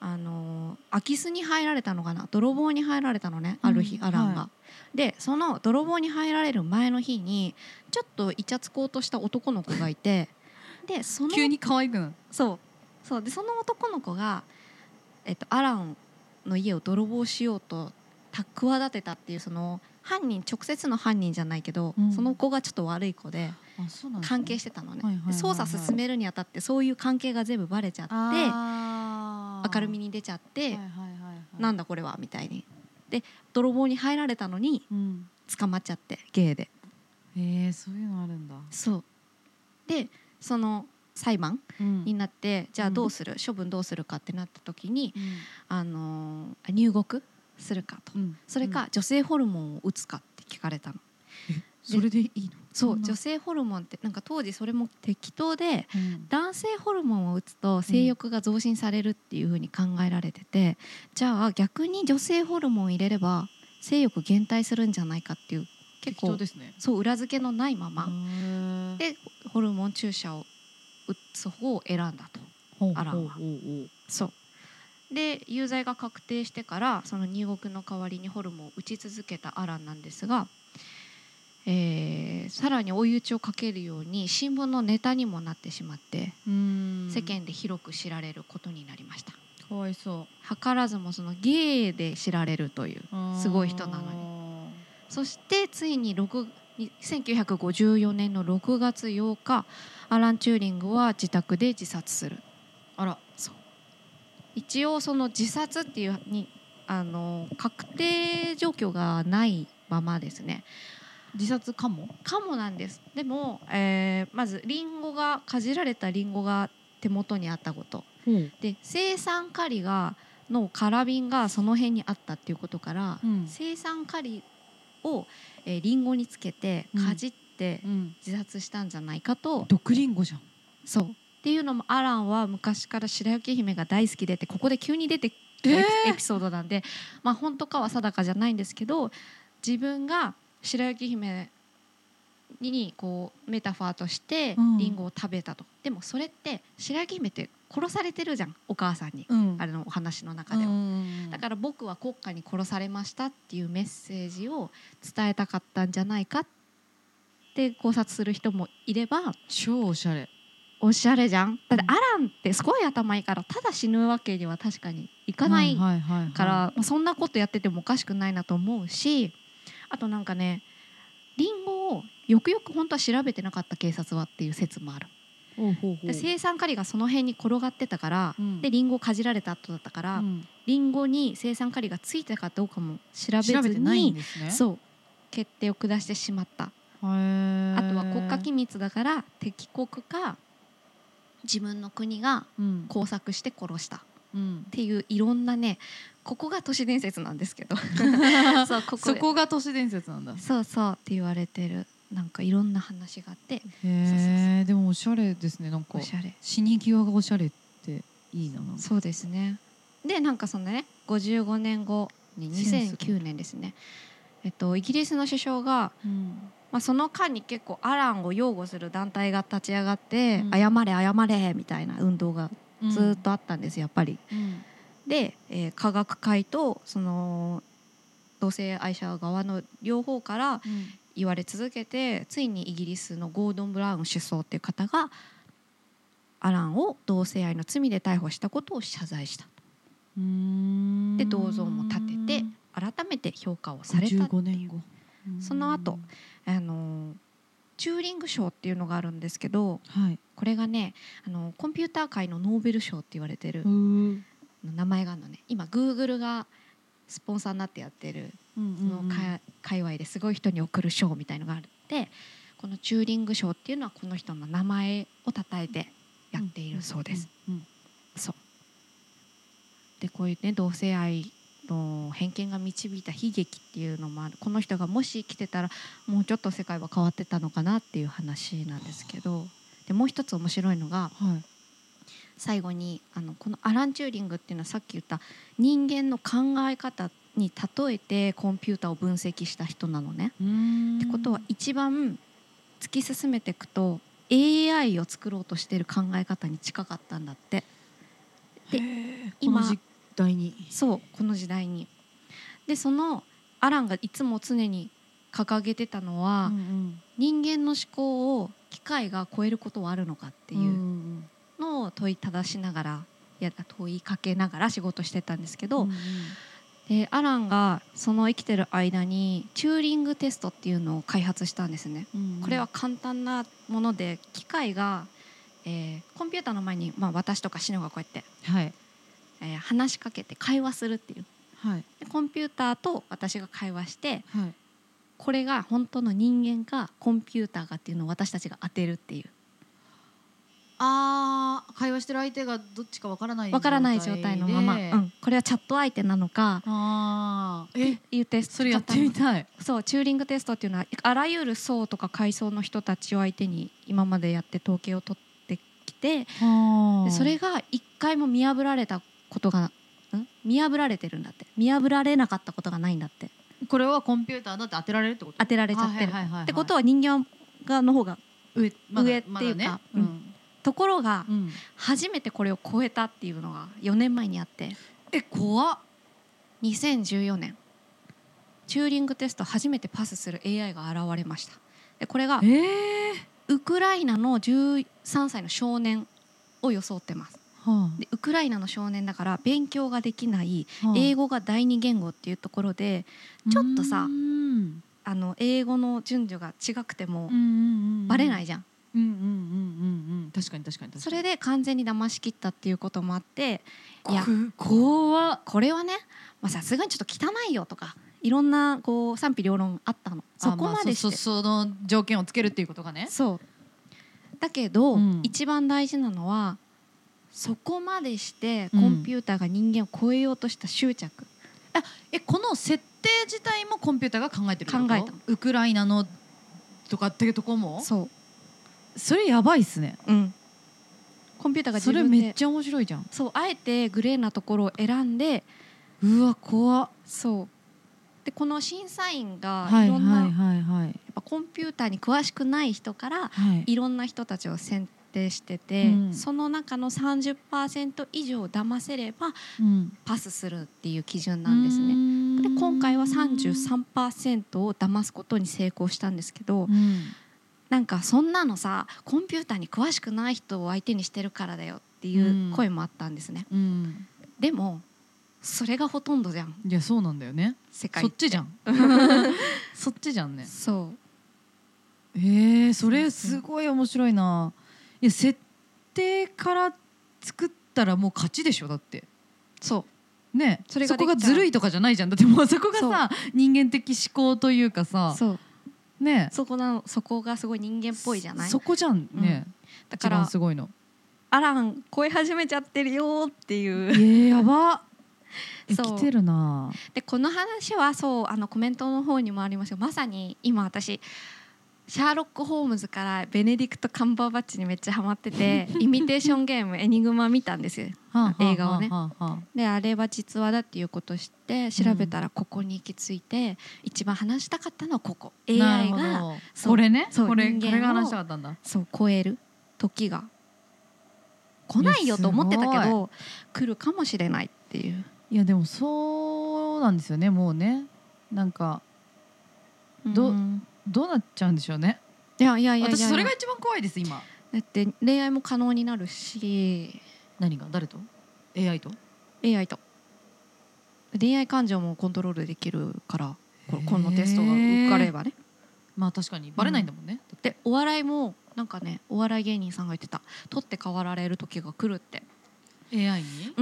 [SPEAKER 4] あのー空き巣に入られたのかな泥棒に入られたのねある日、
[SPEAKER 3] うん
[SPEAKER 4] アランが。
[SPEAKER 3] は
[SPEAKER 4] でその泥棒に入られる前の日にちょっとイチャつこうとした男の子がいて でその
[SPEAKER 3] 急に可愛くなる
[SPEAKER 4] そうそうでその男の子が、えっと、アランの家を泥棒しようと企てたっていうその犯人直接の犯人じゃないけど、
[SPEAKER 3] うん
[SPEAKER 4] その子がちょっと悪い子で
[SPEAKER 3] あそうなんですね
[SPEAKER 4] 関係してたのね、
[SPEAKER 3] はいはいはいはい
[SPEAKER 4] で捜査進めるにあたってそういう関係が全部バレちゃって
[SPEAKER 3] あー
[SPEAKER 4] 明るみに出ちゃって、
[SPEAKER 3] はいはいはいはい
[SPEAKER 4] なんだこれはみたいにで泥棒に入られたのに
[SPEAKER 3] うん
[SPEAKER 4] 捕まっちゃってゲイで
[SPEAKER 3] えー、そういうのあるんだ、
[SPEAKER 4] そうでその裁判
[SPEAKER 3] うん
[SPEAKER 4] になって、じゃあどうする、処分どうするかってなった時にあのー入国するかと、
[SPEAKER 3] うん
[SPEAKER 4] それか、女性ホルモンを打つかって聞かれたの
[SPEAKER 3] うんそれでいいの
[SPEAKER 4] そ
[SPEAKER 3] そん
[SPEAKER 4] う
[SPEAKER 3] な
[SPEAKER 4] 女性ホルモンってなんか当時それも適当で
[SPEAKER 3] うん
[SPEAKER 4] 男性ホルモンを打つと性欲が増進されるっていうふうに考えられてて、じゃあ逆に女性ホルモンを入れれば性欲減退するんじゃないかっていう結
[SPEAKER 3] 適当
[SPEAKER 4] 構
[SPEAKER 3] ですね
[SPEAKER 4] そう裏付けのないまま、
[SPEAKER 3] あ
[SPEAKER 4] でホルモン注射を打つ方を選んだと。
[SPEAKER 3] ほう
[SPEAKER 4] あら
[SPEAKER 3] ほうほうほう
[SPEAKER 4] そうで有罪が確定してからその入国の代わりにホルモンを打ち続けたアランなんですが、えーさらに追い打ちをかけるように新聞のネタにもなってしまって
[SPEAKER 3] うーん
[SPEAKER 4] 世間で広く知られることになりました
[SPEAKER 3] かわいそ
[SPEAKER 4] 図らずもそのゲイで知られるという
[SPEAKER 3] う
[SPEAKER 4] すごい人な
[SPEAKER 3] のに
[SPEAKER 4] そしてついに6 1954年の6月8日アラン・チューリングは自宅で自殺する
[SPEAKER 3] あら
[SPEAKER 4] 一応その自殺っていうにあの確定状況がないままですね
[SPEAKER 3] 自殺かも
[SPEAKER 4] かもなんですでも、えーまずリンゴがかじられたリンゴが手元にあったこと
[SPEAKER 3] ほう、
[SPEAKER 4] で生産カリがの空瓶がその辺にあったっていうことから、
[SPEAKER 3] ん
[SPEAKER 4] 生産カリを、えーリンゴにつけて
[SPEAKER 3] うん
[SPEAKER 4] かじって
[SPEAKER 3] うん、
[SPEAKER 4] 自殺したんじゃないかと、
[SPEAKER 3] 毒リンゴじゃん
[SPEAKER 4] そうっていうのもアランは昔から白雪姫が大好きでってここで急に出て
[SPEAKER 3] えー
[SPEAKER 4] エピエピソードなんで、まあ、本当かは定かじゃないんですけど自分が白雪姫にこうメタファーとして
[SPEAKER 3] うん
[SPEAKER 4] リンゴを食べたと、でもそれって白雪姫って殺されてるじゃんお母さんに、
[SPEAKER 3] うん
[SPEAKER 4] あ
[SPEAKER 3] れ
[SPEAKER 4] れのお話の中では。だから僕は国家に殺されましたっていうメッセージを伝えたかったんじゃないかって考察する人もいれば
[SPEAKER 3] 超おしゃれ
[SPEAKER 4] おしゃれじゃんだって
[SPEAKER 3] うん
[SPEAKER 4] アランってすごい頭いいからただ死ぬわけには確かにいかない
[SPEAKER 3] はいはいはいはい
[SPEAKER 4] から、まあそんなことやっててもおかしくないなと思うしあとなんかねリンゴをよくよく本当は調べてなかった警察はっていう説もある
[SPEAKER 3] ほうほうほう
[SPEAKER 4] で生産カリがその辺に転がってたから、
[SPEAKER 3] うん
[SPEAKER 4] でリンゴをかじられた後だったから、
[SPEAKER 3] うん
[SPEAKER 4] リンゴに生産カリがついたかどうかも調べずに
[SPEAKER 3] 調べてないんですね
[SPEAKER 4] そう決定を下してしまったあ
[SPEAKER 3] あ
[SPEAKER 4] とは国家機密だから敵国か自分の国が
[SPEAKER 3] うん
[SPEAKER 4] 工作して殺したっ
[SPEAKER 3] うん
[SPEAKER 4] ていういろんなねここが都市伝説なんです けどそうここ
[SPEAKER 3] そこが都市伝説なんだ
[SPEAKER 4] そうそうって言われてるなんかいろんな話があって
[SPEAKER 3] へ
[SPEAKER 4] そうそう
[SPEAKER 3] えでもおしゃれですねなんか
[SPEAKER 4] おしゃれ
[SPEAKER 3] 死に際がおしゃれっていいななんか
[SPEAKER 4] そうですねでなんかそのね55年後に2009年ですねえっとイギリスの首相が
[SPEAKER 3] うん
[SPEAKER 4] まあ、その間に結構アランを擁護する団体が立ち上がって
[SPEAKER 3] うん
[SPEAKER 4] 「謝れ謝れ」みたいな運動がずっとあったんですやっぱり。
[SPEAKER 3] うん
[SPEAKER 4] で、えー科学界とその同性愛者側の両方から
[SPEAKER 3] うん
[SPEAKER 4] 言われ続けてついにイギリスのゴードン・ブラウン首相っていう方がアランを同性愛の罪で逮捕したことを謝罪した
[SPEAKER 3] うーん
[SPEAKER 4] で銅像も建てて改めて評価をされた
[SPEAKER 3] 55年後
[SPEAKER 4] その後あのチューリング賞っていうのがあるんですけど
[SPEAKER 3] はい
[SPEAKER 4] これがねあのコンピューター界のノーベル賞って言われてる
[SPEAKER 3] うん
[SPEAKER 4] 名前があるのね今グーグルがスポンサーになってやってるそのか界隈ですごい人に贈る賞みたいのがあってこのチューリング賞っていうのはこの人の名前をたたえてやっているそうです。
[SPEAKER 3] うん
[SPEAKER 4] でこういうね同性愛の偏見が導いた悲劇っていうのもあるこの人がもし生きてたらもうちょっと世界は変わってたのかなっていう話なんですけどでもう一つ面白いのが
[SPEAKER 3] はい
[SPEAKER 4] 最後にあのこのアラン・チューリングっていうのはさっき言った人間の考え方に例えてコンピューターを分析した人なのね。
[SPEAKER 3] うん
[SPEAKER 4] ってことは一番突き進めていくと AI を作ろうとしてる考え方に近かったんだって。で
[SPEAKER 3] へえ
[SPEAKER 4] 今
[SPEAKER 3] この時代に
[SPEAKER 4] そうこの時代にでそのアランがいつも常に掲げてたのは、
[SPEAKER 3] うん
[SPEAKER 4] 人間の思考を機械が超えることはあるのかって
[SPEAKER 3] うん
[SPEAKER 4] いううんのを問いただしながらいや問いかけながら仕事してたんですけ
[SPEAKER 3] う
[SPEAKER 4] ど、
[SPEAKER 3] ん
[SPEAKER 4] でアランがその生きてる間にチューリングテストっていうのを開発したんですね。
[SPEAKER 3] うん
[SPEAKER 4] これは簡単なもので機械が、えーコンピューターの前に、まあ、私とかシノがこうやって、
[SPEAKER 3] はい
[SPEAKER 4] えー話しかけて会話するっていう
[SPEAKER 3] はい
[SPEAKER 4] でコンピューターと私が会話して
[SPEAKER 3] はい
[SPEAKER 4] これが本当の人間かコンピューターかっていうのを私たちが当てるっていう
[SPEAKER 3] あー会話してる相手がどっちかわからない
[SPEAKER 4] わからない状態のまま、
[SPEAKER 3] で
[SPEAKER 4] うん、これはチャット相手なのか
[SPEAKER 3] ああえ
[SPEAKER 4] いうテスト
[SPEAKER 3] それやってみたい
[SPEAKER 4] そうチューリングテストっていうのはあらゆる層とか階層の人たちを相手に今までやって統計を取ってきてでそれが一回も見破られたことがん見破られてるんだって見破られなかったことがないんだって
[SPEAKER 3] これはコンピューターだって当てられるってこと
[SPEAKER 4] 当てられちゃってる、
[SPEAKER 3] はいはいはいはい
[SPEAKER 4] ってことは人間側の方が
[SPEAKER 3] 上,、
[SPEAKER 4] 上っていうか
[SPEAKER 3] う
[SPEAKER 4] うんところが
[SPEAKER 3] うん、
[SPEAKER 4] 初めてこれを超えたっていうのが4年前にあって
[SPEAKER 3] え怖っ
[SPEAKER 4] 2014年チューリングテスト初めてパスする AI が現れましたでこれが
[SPEAKER 3] ええ
[SPEAKER 4] ウクライナの13歳の少年を装ってます
[SPEAKER 3] は
[SPEAKER 4] でウクライナの少年だから勉強ができない
[SPEAKER 3] あはあ
[SPEAKER 4] 英語が第二言語っていうところでちょっとさ
[SPEAKER 3] うん
[SPEAKER 4] あの英語の順序が違くても
[SPEAKER 3] うんうんうん
[SPEAKER 4] バレないじゃん
[SPEAKER 3] うんうんうんうんうん確かに確かに確かに
[SPEAKER 4] それで完全に騙し切ったっていうこともあっていや
[SPEAKER 3] こ怖っ
[SPEAKER 4] これはねまあさすがにちょっと汚いよとかいろんなこう賛否両論あったのそこまでして
[SPEAKER 3] ああそそその条件をつけるっていうことがね
[SPEAKER 4] そうだけど、
[SPEAKER 3] うん
[SPEAKER 4] 一番大事なのはそこまでしてコンピューターが人間を超えようとした執着、
[SPEAKER 3] えこの設定自体もコンピューターが考えてるってこと
[SPEAKER 4] 考えたの
[SPEAKER 3] ウクライナのとかっていうとこも
[SPEAKER 4] そ
[SPEAKER 3] それやばいっすね
[SPEAKER 4] う、うん、コンピューターが
[SPEAKER 3] そ
[SPEAKER 4] 自
[SPEAKER 3] れ
[SPEAKER 4] 分で
[SPEAKER 3] めっちゃ面白いじゃん
[SPEAKER 4] そうあえてグレーなところを選んで
[SPEAKER 3] うわ怖っ
[SPEAKER 4] そうでこの審査員が
[SPEAKER 3] はい
[SPEAKER 4] い
[SPEAKER 3] は
[SPEAKER 4] ろ
[SPEAKER 3] い
[SPEAKER 4] んな、や
[SPEAKER 3] はいはい
[SPEAKER 4] っぱコンピューターに詳しくない人から
[SPEAKER 3] はい
[SPEAKER 4] いろんな人たちを選定してて、
[SPEAKER 3] うん
[SPEAKER 4] その中の30%以上騙せれば
[SPEAKER 3] うん
[SPEAKER 4] パスするっていう基準なんですね。で
[SPEAKER 3] ね
[SPEAKER 4] 今回は33%を騙すことに成功したんですけどなんかそんなのさコンピューターに詳しくない人を相手にしてるからだよっていう声もあったんですね、
[SPEAKER 3] うん
[SPEAKER 4] でもそれがほとんどじゃん
[SPEAKER 3] いやそうなんだよね
[SPEAKER 4] 世界
[SPEAKER 3] そっ
[SPEAKER 4] って
[SPEAKER 3] ちじゃん そっちじゃんね
[SPEAKER 4] そう
[SPEAKER 3] えー、それすごい面白いないや設定から作ったらもう勝ちでしょだって
[SPEAKER 4] そう
[SPEAKER 3] ね
[SPEAKER 4] それが
[SPEAKER 3] こ
[SPEAKER 4] でき
[SPEAKER 3] が
[SPEAKER 4] たら
[SPEAKER 3] ずるいとかじゃないじゃんだってもうそこがさ人間的思考というかさ
[SPEAKER 4] そう
[SPEAKER 3] ね
[SPEAKER 4] そこなのそこがすごい人間っぽいじゃない
[SPEAKER 3] そこじゃんね、
[SPEAKER 4] だ
[SPEAKER 3] 一
[SPEAKER 4] か
[SPEAKER 3] 番
[SPEAKER 4] ら
[SPEAKER 3] すごい の
[SPEAKER 4] アラン超え始めちゃってるよっていう
[SPEAKER 3] えー、やばえ
[SPEAKER 4] そう
[SPEAKER 3] 来てるな
[SPEAKER 4] でこの話はそうあのコメントの方にもありますよまさに今私シャーロック・ホームズからベネディクト・カンバーバッチにめっちゃハマって て「イミテーションゲームエニグマ」見たんですよ。
[SPEAKER 3] はあ
[SPEAKER 4] 映画をね
[SPEAKER 3] はあはあはあ
[SPEAKER 4] であれは実話だっていうことを知って調べたらここに行き着いて、一番話したかったのはここ AI
[SPEAKER 3] なる
[SPEAKER 4] が
[SPEAKER 3] ほど
[SPEAKER 4] そう
[SPEAKER 3] これね
[SPEAKER 4] そう
[SPEAKER 3] これこ
[SPEAKER 4] 人間を
[SPEAKER 3] れが話したかったんだ
[SPEAKER 4] そう超える時が来ないよと思ってた
[SPEAKER 3] いや
[SPEAKER 4] け
[SPEAKER 3] す
[SPEAKER 4] ど来るかもしれないっていう。
[SPEAKER 3] いやでもそうなんですよねもうねなんかど
[SPEAKER 4] うん
[SPEAKER 3] どうなっちゃうんでしょうね
[SPEAKER 4] いやいやいやいやいや
[SPEAKER 3] 私それが一番怖いです今
[SPEAKER 4] だって恋愛も可能になるし
[SPEAKER 3] 何が誰と AI と
[SPEAKER 4] AI と恋愛感情もコントロールできるからここのテストが受かればね。
[SPEAKER 3] まあ確かにバレないんだもんね、
[SPEAKER 4] でお笑いもなんかねお笑い芸人さんが言ってた取って代わられる時が来るって。
[SPEAKER 3] AI に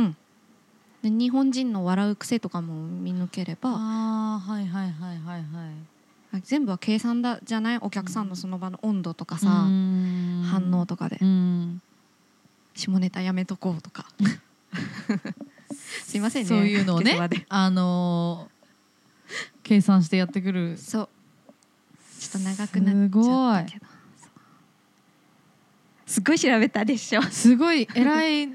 [SPEAKER 4] で日本人の笑う癖とかも見抜ければ
[SPEAKER 3] ああはいはいはいはいはい
[SPEAKER 4] 全部は計算だじゃないお客さんのその場の温度とかさ、反
[SPEAKER 3] 反
[SPEAKER 4] 応とかで
[SPEAKER 3] うん
[SPEAKER 4] 下ネタやめとこうとかすいませんね
[SPEAKER 3] そういうのを
[SPEAKER 4] 下世話
[SPEAKER 3] ね
[SPEAKER 4] で
[SPEAKER 3] あのー計算してやってくる
[SPEAKER 4] そうちょっと長くなっちゃったけどそうすごい調べたでしょ
[SPEAKER 3] すごい偉 い
[SPEAKER 4] えー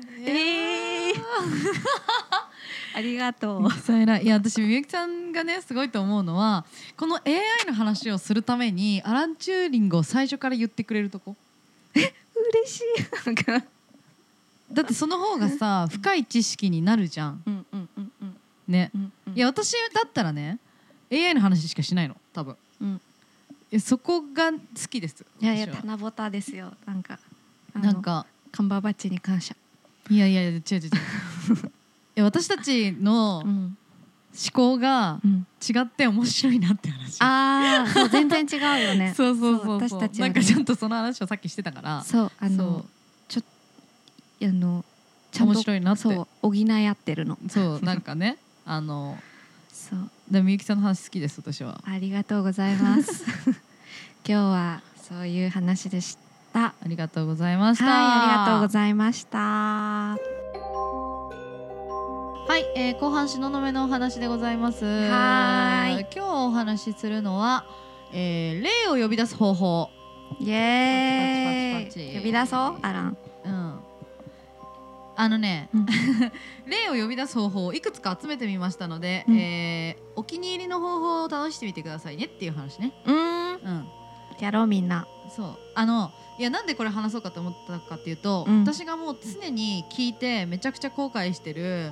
[SPEAKER 4] ありが とう
[SPEAKER 3] みゆきさん偉いいや私みゆきさんがねすごいと思うのはこの AI の話をするためにアラン・チューリングを最初から言ってくれるとこ
[SPEAKER 4] 嬉しいなんか
[SPEAKER 3] だってその方がさ深い知識になるじゃん
[SPEAKER 4] うんうんうんうん
[SPEAKER 3] ね
[SPEAKER 4] うんうん
[SPEAKER 3] いや私だったらね AI の話しかしないの多分、
[SPEAKER 4] うん
[SPEAKER 3] いやそこが好きです
[SPEAKER 4] いやいや
[SPEAKER 3] 私は
[SPEAKER 4] 七夕ですよなんかあの
[SPEAKER 3] なんか
[SPEAKER 4] カンバーバッチに感謝
[SPEAKER 3] いやいやいや違う 違う違ういや私たちの
[SPEAKER 4] う
[SPEAKER 3] 思
[SPEAKER 4] ん
[SPEAKER 3] 考が
[SPEAKER 4] うん
[SPEAKER 3] 違って面白いなって話、
[SPEAKER 4] ああそう全然違うよね
[SPEAKER 3] そうそうそうそ う
[SPEAKER 4] そう私たちは
[SPEAKER 3] な
[SPEAKER 4] ね
[SPEAKER 3] んかちゃんとその話をさっきしてたから
[SPEAKER 4] そうあの
[SPEAKER 3] そ
[SPEAKER 4] あのちゃん
[SPEAKER 3] 面
[SPEAKER 4] と
[SPEAKER 3] 白いなって
[SPEAKER 4] そう補い合ってるの
[SPEAKER 3] うそうなんかねあの
[SPEAKER 4] そう
[SPEAKER 3] でみゆきさんの話好きです私は
[SPEAKER 4] ありがとうございます 今日はそういう話でしたはい
[SPEAKER 3] ありがとうございました
[SPEAKER 4] ありがとうございました
[SPEAKER 3] はい、えー後半しののめのお話でございます。
[SPEAKER 4] はーい
[SPEAKER 3] 今日お話しするのは、えー、霊を呼び出す方法。
[SPEAKER 4] イエ
[SPEAKER 3] パチパチパチパ
[SPEAKER 4] ー
[SPEAKER 3] チ
[SPEAKER 4] イ呼び出そうアラン
[SPEAKER 3] うん。あのね、
[SPEAKER 4] うん
[SPEAKER 3] 霊を呼び出す方法をいくつか集めてみましたので、
[SPEAKER 4] うん
[SPEAKER 3] えーお気に入りの方法を試してみてくださいねっていう話ね。
[SPEAKER 4] うーん
[SPEAKER 3] うん。
[SPEAKER 4] やろうみんな
[SPEAKER 3] そう。あの。いやなんでこれ話そうかと思ったかっていうと、
[SPEAKER 4] うん
[SPEAKER 3] 私がもう常に聞いてめちゃくちゃ後悔してる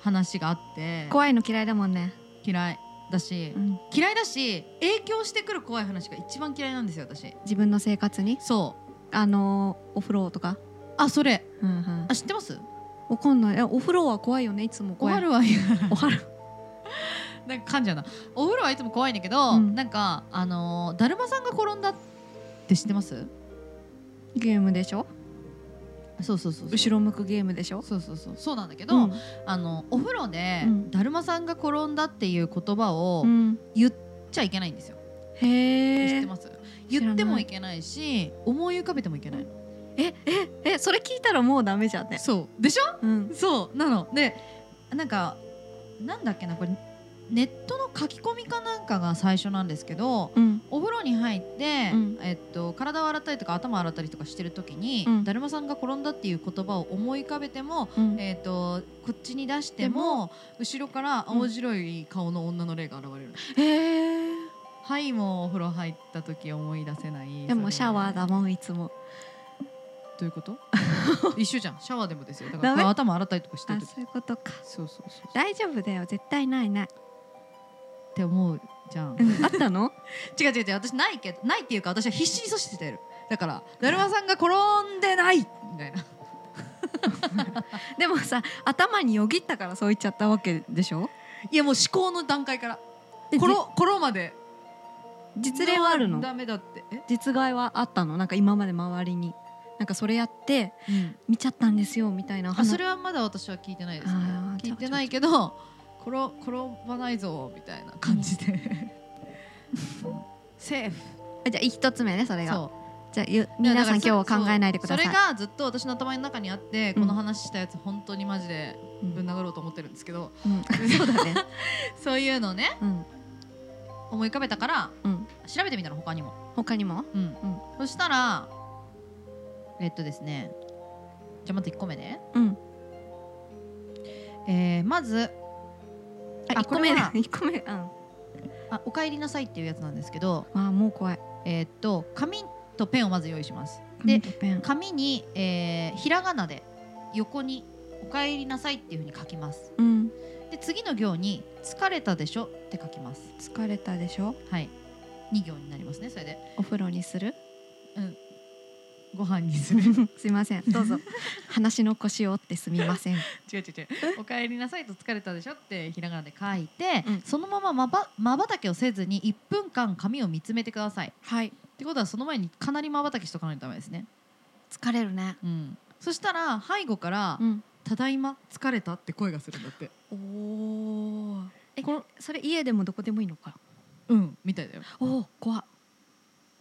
[SPEAKER 3] 話があって
[SPEAKER 4] 怖いの嫌いだもんね
[SPEAKER 3] 嫌いだし、
[SPEAKER 4] うん
[SPEAKER 3] 嫌いだし影響してくる怖い話が一番嫌いなんですよ私
[SPEAKER 4] 自分の生活に
[SPEAKER 3] そう
[SPEAKER 4] あのーお風呂とか
[SPEAKER 3] あそれ
[SPEAKER 4] うんうん
[SPEAKER 3] あ知ってます
[SPEAKER 4] わかんないえお風呂は怖いよねいつも
[SPEAKER 3] お
[SPEAKER 4] 怖い
[SPEAKER 3] はるはい
[SPEAKER 4] おはる
[SPEAKER 3] なんか噛んじゃうなお風呂はいつも怖いんだけど、
[SPEAKER 4] うん
[SPEAKER 3] なんかあのーだるまさんが転んだって知ってます
[SPEAKER 4] ゲームでしょ
[SPEAKER 3] そうそうそうそう
[SPEAKER 4] 後ろ向くゲームでしょ
[SPEAKER 3] そうそうそうそうなんだけど、
[SPEAKER 4] うん
[SPEAKER 3] あのお風呂で、
[SPEAKER 4] うん
[SPEAKER 3] だるまさんが転んだっていう言葉を
[SPEAKER 4] うん
[SPEAKER 3] 言っちゃいけないんですよ、知
[SPEAKER 4] へ
[SPEAKER 3] って
[SPEAKER 4] え
[SPEAKER 3] ます
[SPEAKER 4] 知らない
[SPEAKER 3] 言ってもいけないし思い浮かべてもいけない
[SPEAKER 4] えええそれ聞いたらもうダメじゃんね
[SPEAKER 3] そうでしょ
[SPEAKER 4] うん
[SPEAKER 3] そうなのでなんかなんだっけなこれネットの書き込みかなんかが最初なんですけど
[SPEAKER 4] うん
[SPEAKER 3] お風呂に入って、
[SPEAKER 4] うん
[SPEAKER 3] えっと、体を洗ったりとか頭を洗ったりとかしてる時に、
[SPEAKER 4] うん
[SPEAKER 3] だるまさんが転んだっていう言葉を思い浮かべても、
[SPEAKER 4] うん
[SPEAKER 3] えっと、こっちに出しても後ろから青白い顔の女の霊が現れる、
[SPEAKER 4] へえ
[SPEAKER 3] はいもうお風呂入った時思い出せない
[SPEAKER 4] でもシャワー
[SPEAKER 3] そ
[SPEAKER 4] だもんいつも
[SPEAKER 3] れどういうこと 一緒じゃんシャワーでもですよだか
[SPEAKER 4] ダメ
[SPEAKER 3] ら頭洗ったりとかして
[SPEAKER 4] あ
[SPEAKER 3] る時
[SPEAKER 4] そういうことか
[SPEAKER 3] そうそうそう
[SPEAKER 4] 大丈夫だよ絶対ないない
[SPEAKER 3] って思うじゃん
[SPEAKER 4] あったの
[SPEAKER 3] 違う違う違う私ないけどないっていうか私は必死に阻止してるだからだるまさんが転んでないみたいな
[SPEAKER 4] でもさ頭によぎったからそう言っちゃったわけでしょ
[SPEAKER 3] いやもう思考の段階から
[SPEAKER 4] え
[SPEAKER 3] 転転まで
[SPEAKER 4] じ実例はあるの
[SPEAKER 3] ダメだってえ、
[SPEAKER 4] 実害はあったのなんか今まで周りになんかそれやって見ちゃったんですよみたいな
[SPEAKER 3] あ
[SPEAKER 4] 話
[SPEAKER 3] それはまだ私は聞いてないですね
[SPEAKER 4] あー
[SPEAKER 3] 聞いてないけど転転ばないぞみたいな感じで セーフ
[SPEAKER 4] あじゃあ一つ目ねそれが
[SPEAKER 3] そう
[SPEAKER 4] じゃあゆ皆さん
[SPEAKER 3] だか
[SPEAKER 4] 今
[SPEAKER 3] ら
[SPEAKER 4] 日は考えないでください
[SPEAKER 3] そうそれがずっと私の頭の中にあって、
[SPEAKER 4] うん
[SPEAKER 3] この話したやつ本当にマジで
[SPEAKER 4] うん
[SPEAKER 3] ぶん殴ろうと思ってるんですけど、
[SPEAKER 4] うん そうだね
[SPEAKER 3] そういうのをね
[SPEAKER 4] うん
[SPEAKER 3] 思い浮かべたから
[SPEAKER 4] うん
[SPEAKER 3] 調べてみたの他にも、
[SPEAKER 4] 他にも
[SPEAKER 3] うんそしたらえっとですねじゃあまず1個目ね、
[SPEAKER 4] うん
[SPEAKER 3] えーまず
[SPEAKER 4] あ
[SPEAKER 3] あ
[SPEAKER 4] 一個
[SPEAKER 3] こ
[SPEAKER 4] 目
[SPEAKER 3] れ
[SPEAKER 4] だ
[SPEAKER 3] は
[SPEAKER 4] 一個目うんあ
[SPEAKER 3] あ「おかえりなさい」っていうやつなんですけど、
[SPEAKER 4] ーもう怖い
[SPEAKER 3] えーっと紙とペンをまず用意します
[SPEAKER 4] で
[SPEAKER 3] で
[SPEAKER 4] ペン
[SPEAKER 3] 紙に、えーひらがなで横に「おかえりなさい」っていうふうに書きます
[SPEAKER 4] うん
[SPEAKER 3] で次の行に「疲れたでしょ」って書きます
[SPEAKER 4] 疲れたでしょ
[SPEAKER 3] はい2行になりますねそれで
[SPEAKER 4] お風呂にする
[SPEAKER 3] ご飯にする 違う
[SPEAKER 4] すいませんどう ぞ話の腰を折ってすみません
[SPEAKER 3] 違う違うお帰りなさいと疲れたでしょってひらがなで書いて、
[SPEAKER 4] うん
[SPEAKER 3] そのまままばまばたきをせずに1分間紙を見つめてくださいっ
[SPEAKER 4] はい
[SPEAKER 3] てことはその前にかなりまばたきしとかないとダメですね、
[SPEAKER 4] 疲れるね
[SPEAKER 3] うん、そしたら背後から
[SPEAKER 4] うん
[SPEAKER 3] 「ただいま疲れた」って声がするんだって
[SPEAKER 4] おおえ
[SPEAKER 3] この
[SPEAKER 4] それ家でもどこでもいいのか
[SPEAKER 3] うんみたいだよ
[SPEAKER 4] おお怖っ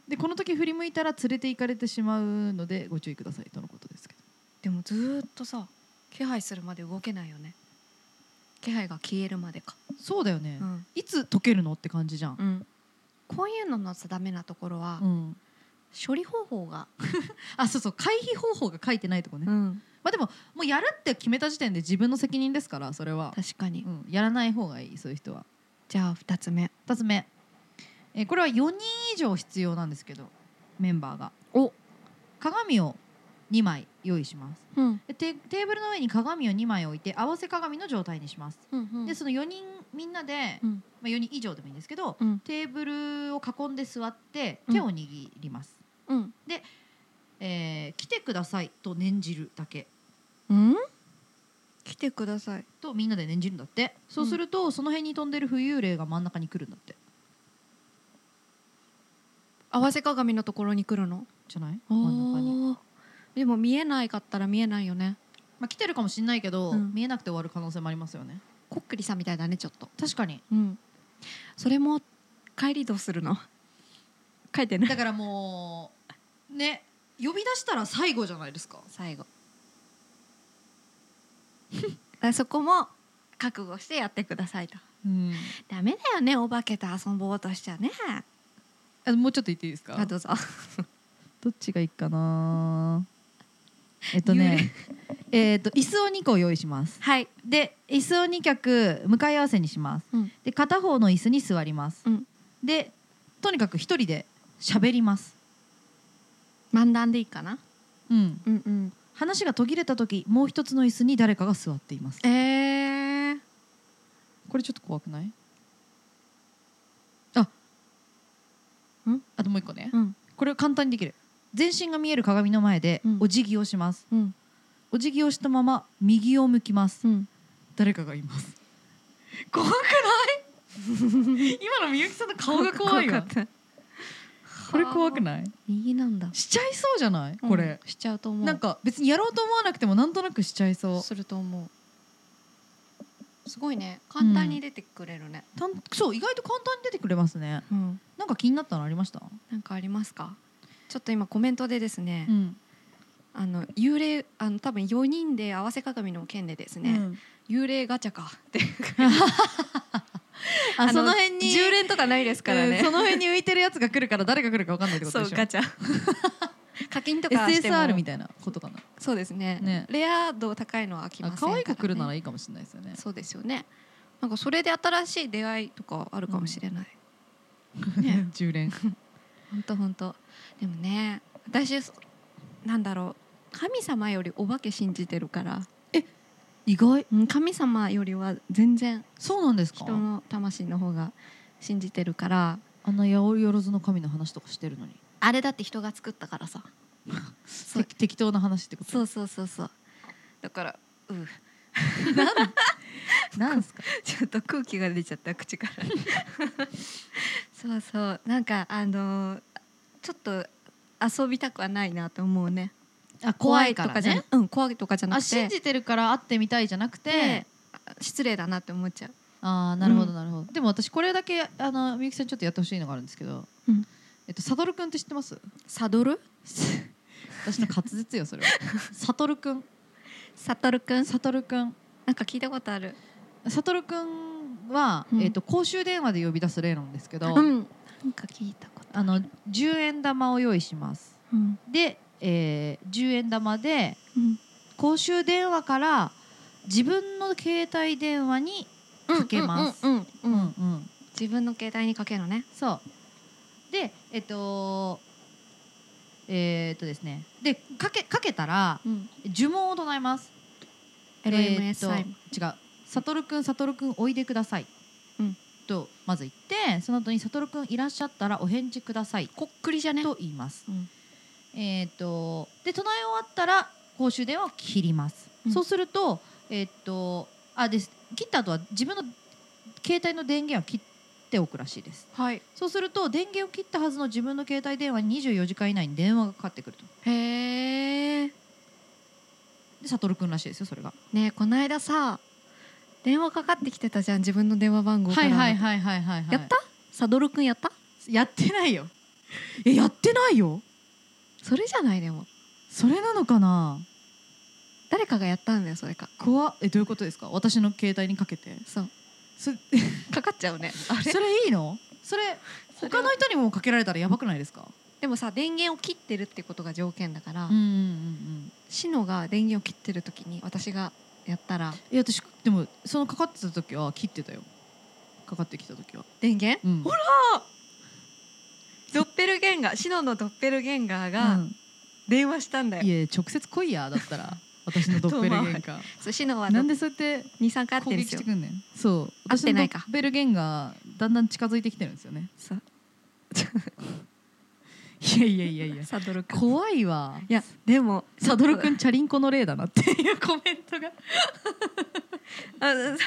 [SPEAKER 3] でこの時振り向いたら連れて行かれてしまうのでご注意くださいとのことですけど
[SPEAKER 4] でもずーっとさ気配するまで動けないよね気配が消えるまでか
[SPEAKER 3] そうだよね、
[SPEAKER 4] うん、
[SPEAKER 3] いつ溶けるのって感じじゃん、
[SPEAKER 4] こういうののさダメなところは、
[SPEAKER 3] うん
[SPEAKER 4] 処理方法が、
[SPEAKER 3] あそうそう回避方法が書いてないとこね、
[SPEAKER 4] ん、
[SPEAKER 3] まあでももうやるって決めた時点で自分の責任ですからそれは、
[SPEAKER 4] 確かに、
[SPEAKER 3] うん、やらない方がいいそういう人は
[SPEAKER 4] じゃあ二つ目
[SPEAKER 3] 2つ目、えーこれは4人以上必要なんですけどメンバーが
[SPEAKER 4] お
[SPEAKER 3] 鏡を2枚用意します
[SPEAKER 4] うん
[SPEAKER 3] でテテーブルの上に鏡を2枚置いて合わせ鏡の状態にします
[SPEAKER 4] うんうん
[SPEAKER 3] でその4人みんなで、
[SPEAKER 4] うん
[SPEAKER 3] まあ、4人以上でもいいんですけど、
[SPEAKER 4] うん
[SPEAKER 3] テーブルを囲んで座って
[SPEAKER 4] うん
[SPEAKER 3] 手を握ります、
[SPEAKER 4] うん
[SPEAKER 3] えー来てくださいと念じるだけ
[SPEAKER 4] うん来てください
[SPEAKER 3] とみんなで念じるんだってそうすると、その辺に飛んでる浮遊霊が真ん中に来るんだって
[SPEAKER 4] 合わせ鏡のところに来るの
[SPEAKER 3] じゃない真ん中に、
[SPEAKER 4] おーでも見えないかったら見えないよね
[SPEAKER 3] まあ、来てるかもしんないけど、
[SPEAKER 4] うん
[SPEAKER 3] 見えなくて終わる可能性もありますよね
[SPEAKER 4] こっくりさんみたいだねちょっと
[SPEAKER 3] 確かに
[SPEAKER 4] うんそれも帰りどうするの書いてない
[SPEAKER 3] だからもうね呼び出したら最後じゃないですか
[SPEAKER 4] 最 後そこも覚悟してやってくださいと
[SPEAKER 3] うん
[SPEAKER 4] ダメだよねお化けと遊ぼうとしちゃね
[SPEAKER 3] あもうちょっと言っていいですか
[SPEAKER 4] あどうぞ
[SPEAKER 3] どっちがいいかな。えっとね、 えっと椅子を2個用意します。
[SPEAKER 4] はい
[SPEAKER 3] で、椅子を2脚向かい合わせにします。
[SPEAKER 4] うん
[SPEAKER 3] で、片方の椅子に座ります。
[SPEAKER 4] うん
[SPEAKER 3] で、とにかく一人で喋ります。
[SPEAKER 4] 漫談でいいかな
[SPEAKER 3] うん。
[SPEAKER 4] うんうん
[SPEAKER 3] 話が途切れた時、もう一つの椅子に誰かが座っています。
[SPEAKER 4] えー、
[SPEAKER 3] これちょっと怖くない？あ、
[SPEAKER 4] ん？
[SPEAKER 3] あともう一個ね。
[SPEAKER 4] うん
[SPEAKER 3] これは簡単にできる。全身が見える鏡の前で
[SPEAKER 4] うん
[SPEAKER 3] お辞儀をします。
[SPEAKER 4] うん
[SPEAKER 3] お辞儀をしたまま右を向きます。
[SPEAKER 4] うん
[SPEAKER 3] 誰かがいます怖くない 今のみゆきさんの顔が怖いわ
[SPEAKER 4] かった
[SPEAKER 3] これ怖くない
[SPEAKER 4] 右なんだ
[SPEAKER 3] しちゃいそうじゃないこれ、
[SPEAKER 4] うんしちゃうと思う
[SPEAKER 3] なんか別にやろうと思わなくてもなんとなくしちゃいそう
[SPEAKER 4] すると思うすごいね簡単に出てくれるね
[SPEAKER 3] たんそう意外と簡単に出てくれますね
[SPEAKER 4] うん、
[SPEAKER 3] なんか気になったのありました、
[SPEAKER 4] なんかありますかちょっと今コメントでですね、
[SPEAKER 3] ん
[SPEAKER 4] あの幽霊あの多分4人で合わせ鏡の件でですね、幽霊ガチャかって
[SPEAKER 3] あその辺に
[SPEAKER 4] 10連とかないですからね、
[SPEAKER 3] うんその辺に浮いてるやつが来るから誰が来るか分かんないってことでしょ
[SPEAKER 4] チャ 課金とかしても
[SPEAKER 3] SSR みたいなことかな
[SPEAKER 4] そうですね
[SPEAKER 3] ね
[SPEAKER 4] レア度高いのは飽きま
[SPEAKER 3] あ
[SPEAKER 4] せんから、
[SPEAKER 3] 可
[SPEAKER 4] ね、
[SPEAKER 3] 愛く来るならいいかもしれないですよね
[SPEAKER 4] そうですよねなんかそれで新しい出会いとかあるかもしれない、 ね
[SPEAKER 3] 10連
[SPEAKER 4] ほんとほんとでもね私そなんだろう神様よりお化け信じてるから
[SPEAKER 3] 意外
[SPEAKER 4] うん神様よりは全然
[SPEAKER 3] そうなんですか
[SPEAKER 4] 人の魂の方が信じてるから
[SPEAKER 3] あんな八百万の神の話とかしてるのに
[SPEAKER 4] あれだって人が作ったからさそう
[SPEAKER 3] て適当な話ってこと
[SPEAKER 4] そうそうそうそうだからうう
[SPEAKER 3] なんすか
[SPEAKER 4] ちょっと空気が出ちゃった口からそうそうなんかあのーちょっと遊びたくはないなと思うね
[SPEAKER 3] あ
[SPEAKER 4] とかじゃなうん怖いとかじゃな
[SPEAKER 3] あ
[SPEAKER 4] くて
[SPEAKER 3] 信じてるから会ってみたいじゃなくて
[SPEAKER 4] で失礼だなって思っちゃう
[SPEAKER 3] あーなるほど
[SPEAKER 4] うん
[SPEAKER 3] なるほど、でも私これだけあのみゆきさんにちょっとやってほしいのがあるんですけど、
[SPEAKER 4] うん
[SPEAKER 3] えっとサドルくんって知ってます
[SPEAKER 4] サドル
[SPEAKER 3] 私の滑舌よそれはサトルくん
[SPEAKER 4] サトルくん
[SPEAKER 3] サトルくん
[SPEAKER 4] なんか聞いたことある
[SPEAKER 3] サトルくんは、
[SPEAKER 4] うん
[SPEAKER 3] えっと公衆電話で呼び出す例なんですけど、
[SPEAKER 4] うんなんか聞いたこと
[SPEAKER 3] あの10円玉を用意します
[SPEAKER 4] うん
[SPEAKER 3] で、えー、10円玉で
[SPEAKER 4] うん
[SPEAKER 3] 公衆電話から自分の携帯電話にかけます
[SPEAKER 4] うんうんう
[SPEAKER 3] うん
[SPEAKER 4] うん
[SPEAKER 3] んうん
[SPEAKER 4] 自分の携帯にかけるのね
[SPEAKER 3] そうでえっとえーっとですねでかけかけたら
[SPEAKER 4] うん
[SPEAKER 3] 呪文を唱えますえ
[SPEAKER 4] LMS
[SPEAKER 3] ーっと違う「サトルくんサトルくんおいでください」
[SPEAKER 4] うん
[SPEAKER 3] とまず言ってその後に「サトルくんいらっしゃったらお返事ください
[SPEAKER 4] こっくりじゃ」ね
[SPEAKER 3] と言います、
[SPEAKER 4] うん
[SPEAKER 3] えー、とで唱え終わったら公衆電話を切ります、
[SPEAKER 4] うん
[SPEAKER 3] そうすると,、えー、とあです切った後は自分の携帯の電源を切っておくらしいです
[SPEAKER 4] はい
[SPEAKER 3] そうすると電源を切ったはずの自分の携帯電話に24時間以内に電話がかかってくると
[SPEAKER 4] へえ
[SPEAKER 3] で悟君らしいですよそれが
[SPEAKER 4] ねえこの間さ電話かかってきてたじゃん自分の電話番号から、
[SPEAKER 3] はいはいはい、
[SPEAKER 4] やったサドルくんやった
[SPEAKER 3] やってないよえやってないよ
[SPEAKER 4] それじゃないでも
[SPEAKER 3] それなのかな
[SPEAKER 4] 誰かがやったんだよそれか
[SPEAKER 3] 怖っえどういうことですか私の携帯にかけて
[SPEAKER 4] そう
[SPEAKER 3] そ
[SPEAKER 4] かかっちゃうねあれ
[SPEAKER 3] それいいのそれ
[SPEAKER 4] それは
[SPEAKER 3] 他の人にもかけられたらやばくないですか
[SPEAKER 4] でもさ電源を切ってるってことが条件だから、
[SPEAKER 3] うんうんうん
[SPEAKER 4] シノが電源を切ってる時に私がやったら
[SPEAKER 3] いや私でもそのかかってた時は切ってたよかかってきた時は、
[SPEAKER 4] 電源
[SPEAKER 3] うん、ほら
[SPEAKER 4] ドッペルゲンガーシノのドッペルゲンガーが電話したんだよ、
[SPEAKER 3] いや直接来いやだった ら私のドッペルゲン ガ
[SPEAKER 4] そうシノは
[SPEAKER 3] ーなんでそうやって
[SPEAKER 4] 二酸化合っ
[SPEAKER 3] 攻
[SPEAKER 4] てるん
[SPEAKER 3] 撃
[SPEAKER 4] です
[SPEAKER 3] し
[SPEAKER 4] よ
[SPEAKER 3] てくんねんそう
[SPEAKER 4] 合ってないか
[SPEAKER 3] 私のドッペルゲンガーだんだん近づいてきてるんですよね
[SPEAKER 4] さ
[SPEAKER 3] いやいやいやいや
[SPEAKER 4] サドルくん
[SPEAKER 3] 怖いわ
[SPEAKER 4] いやでも
[SPEAKER 3] サドルくんチャリンコの例だなっていうコメントが
[SPEAKER 4] あなんか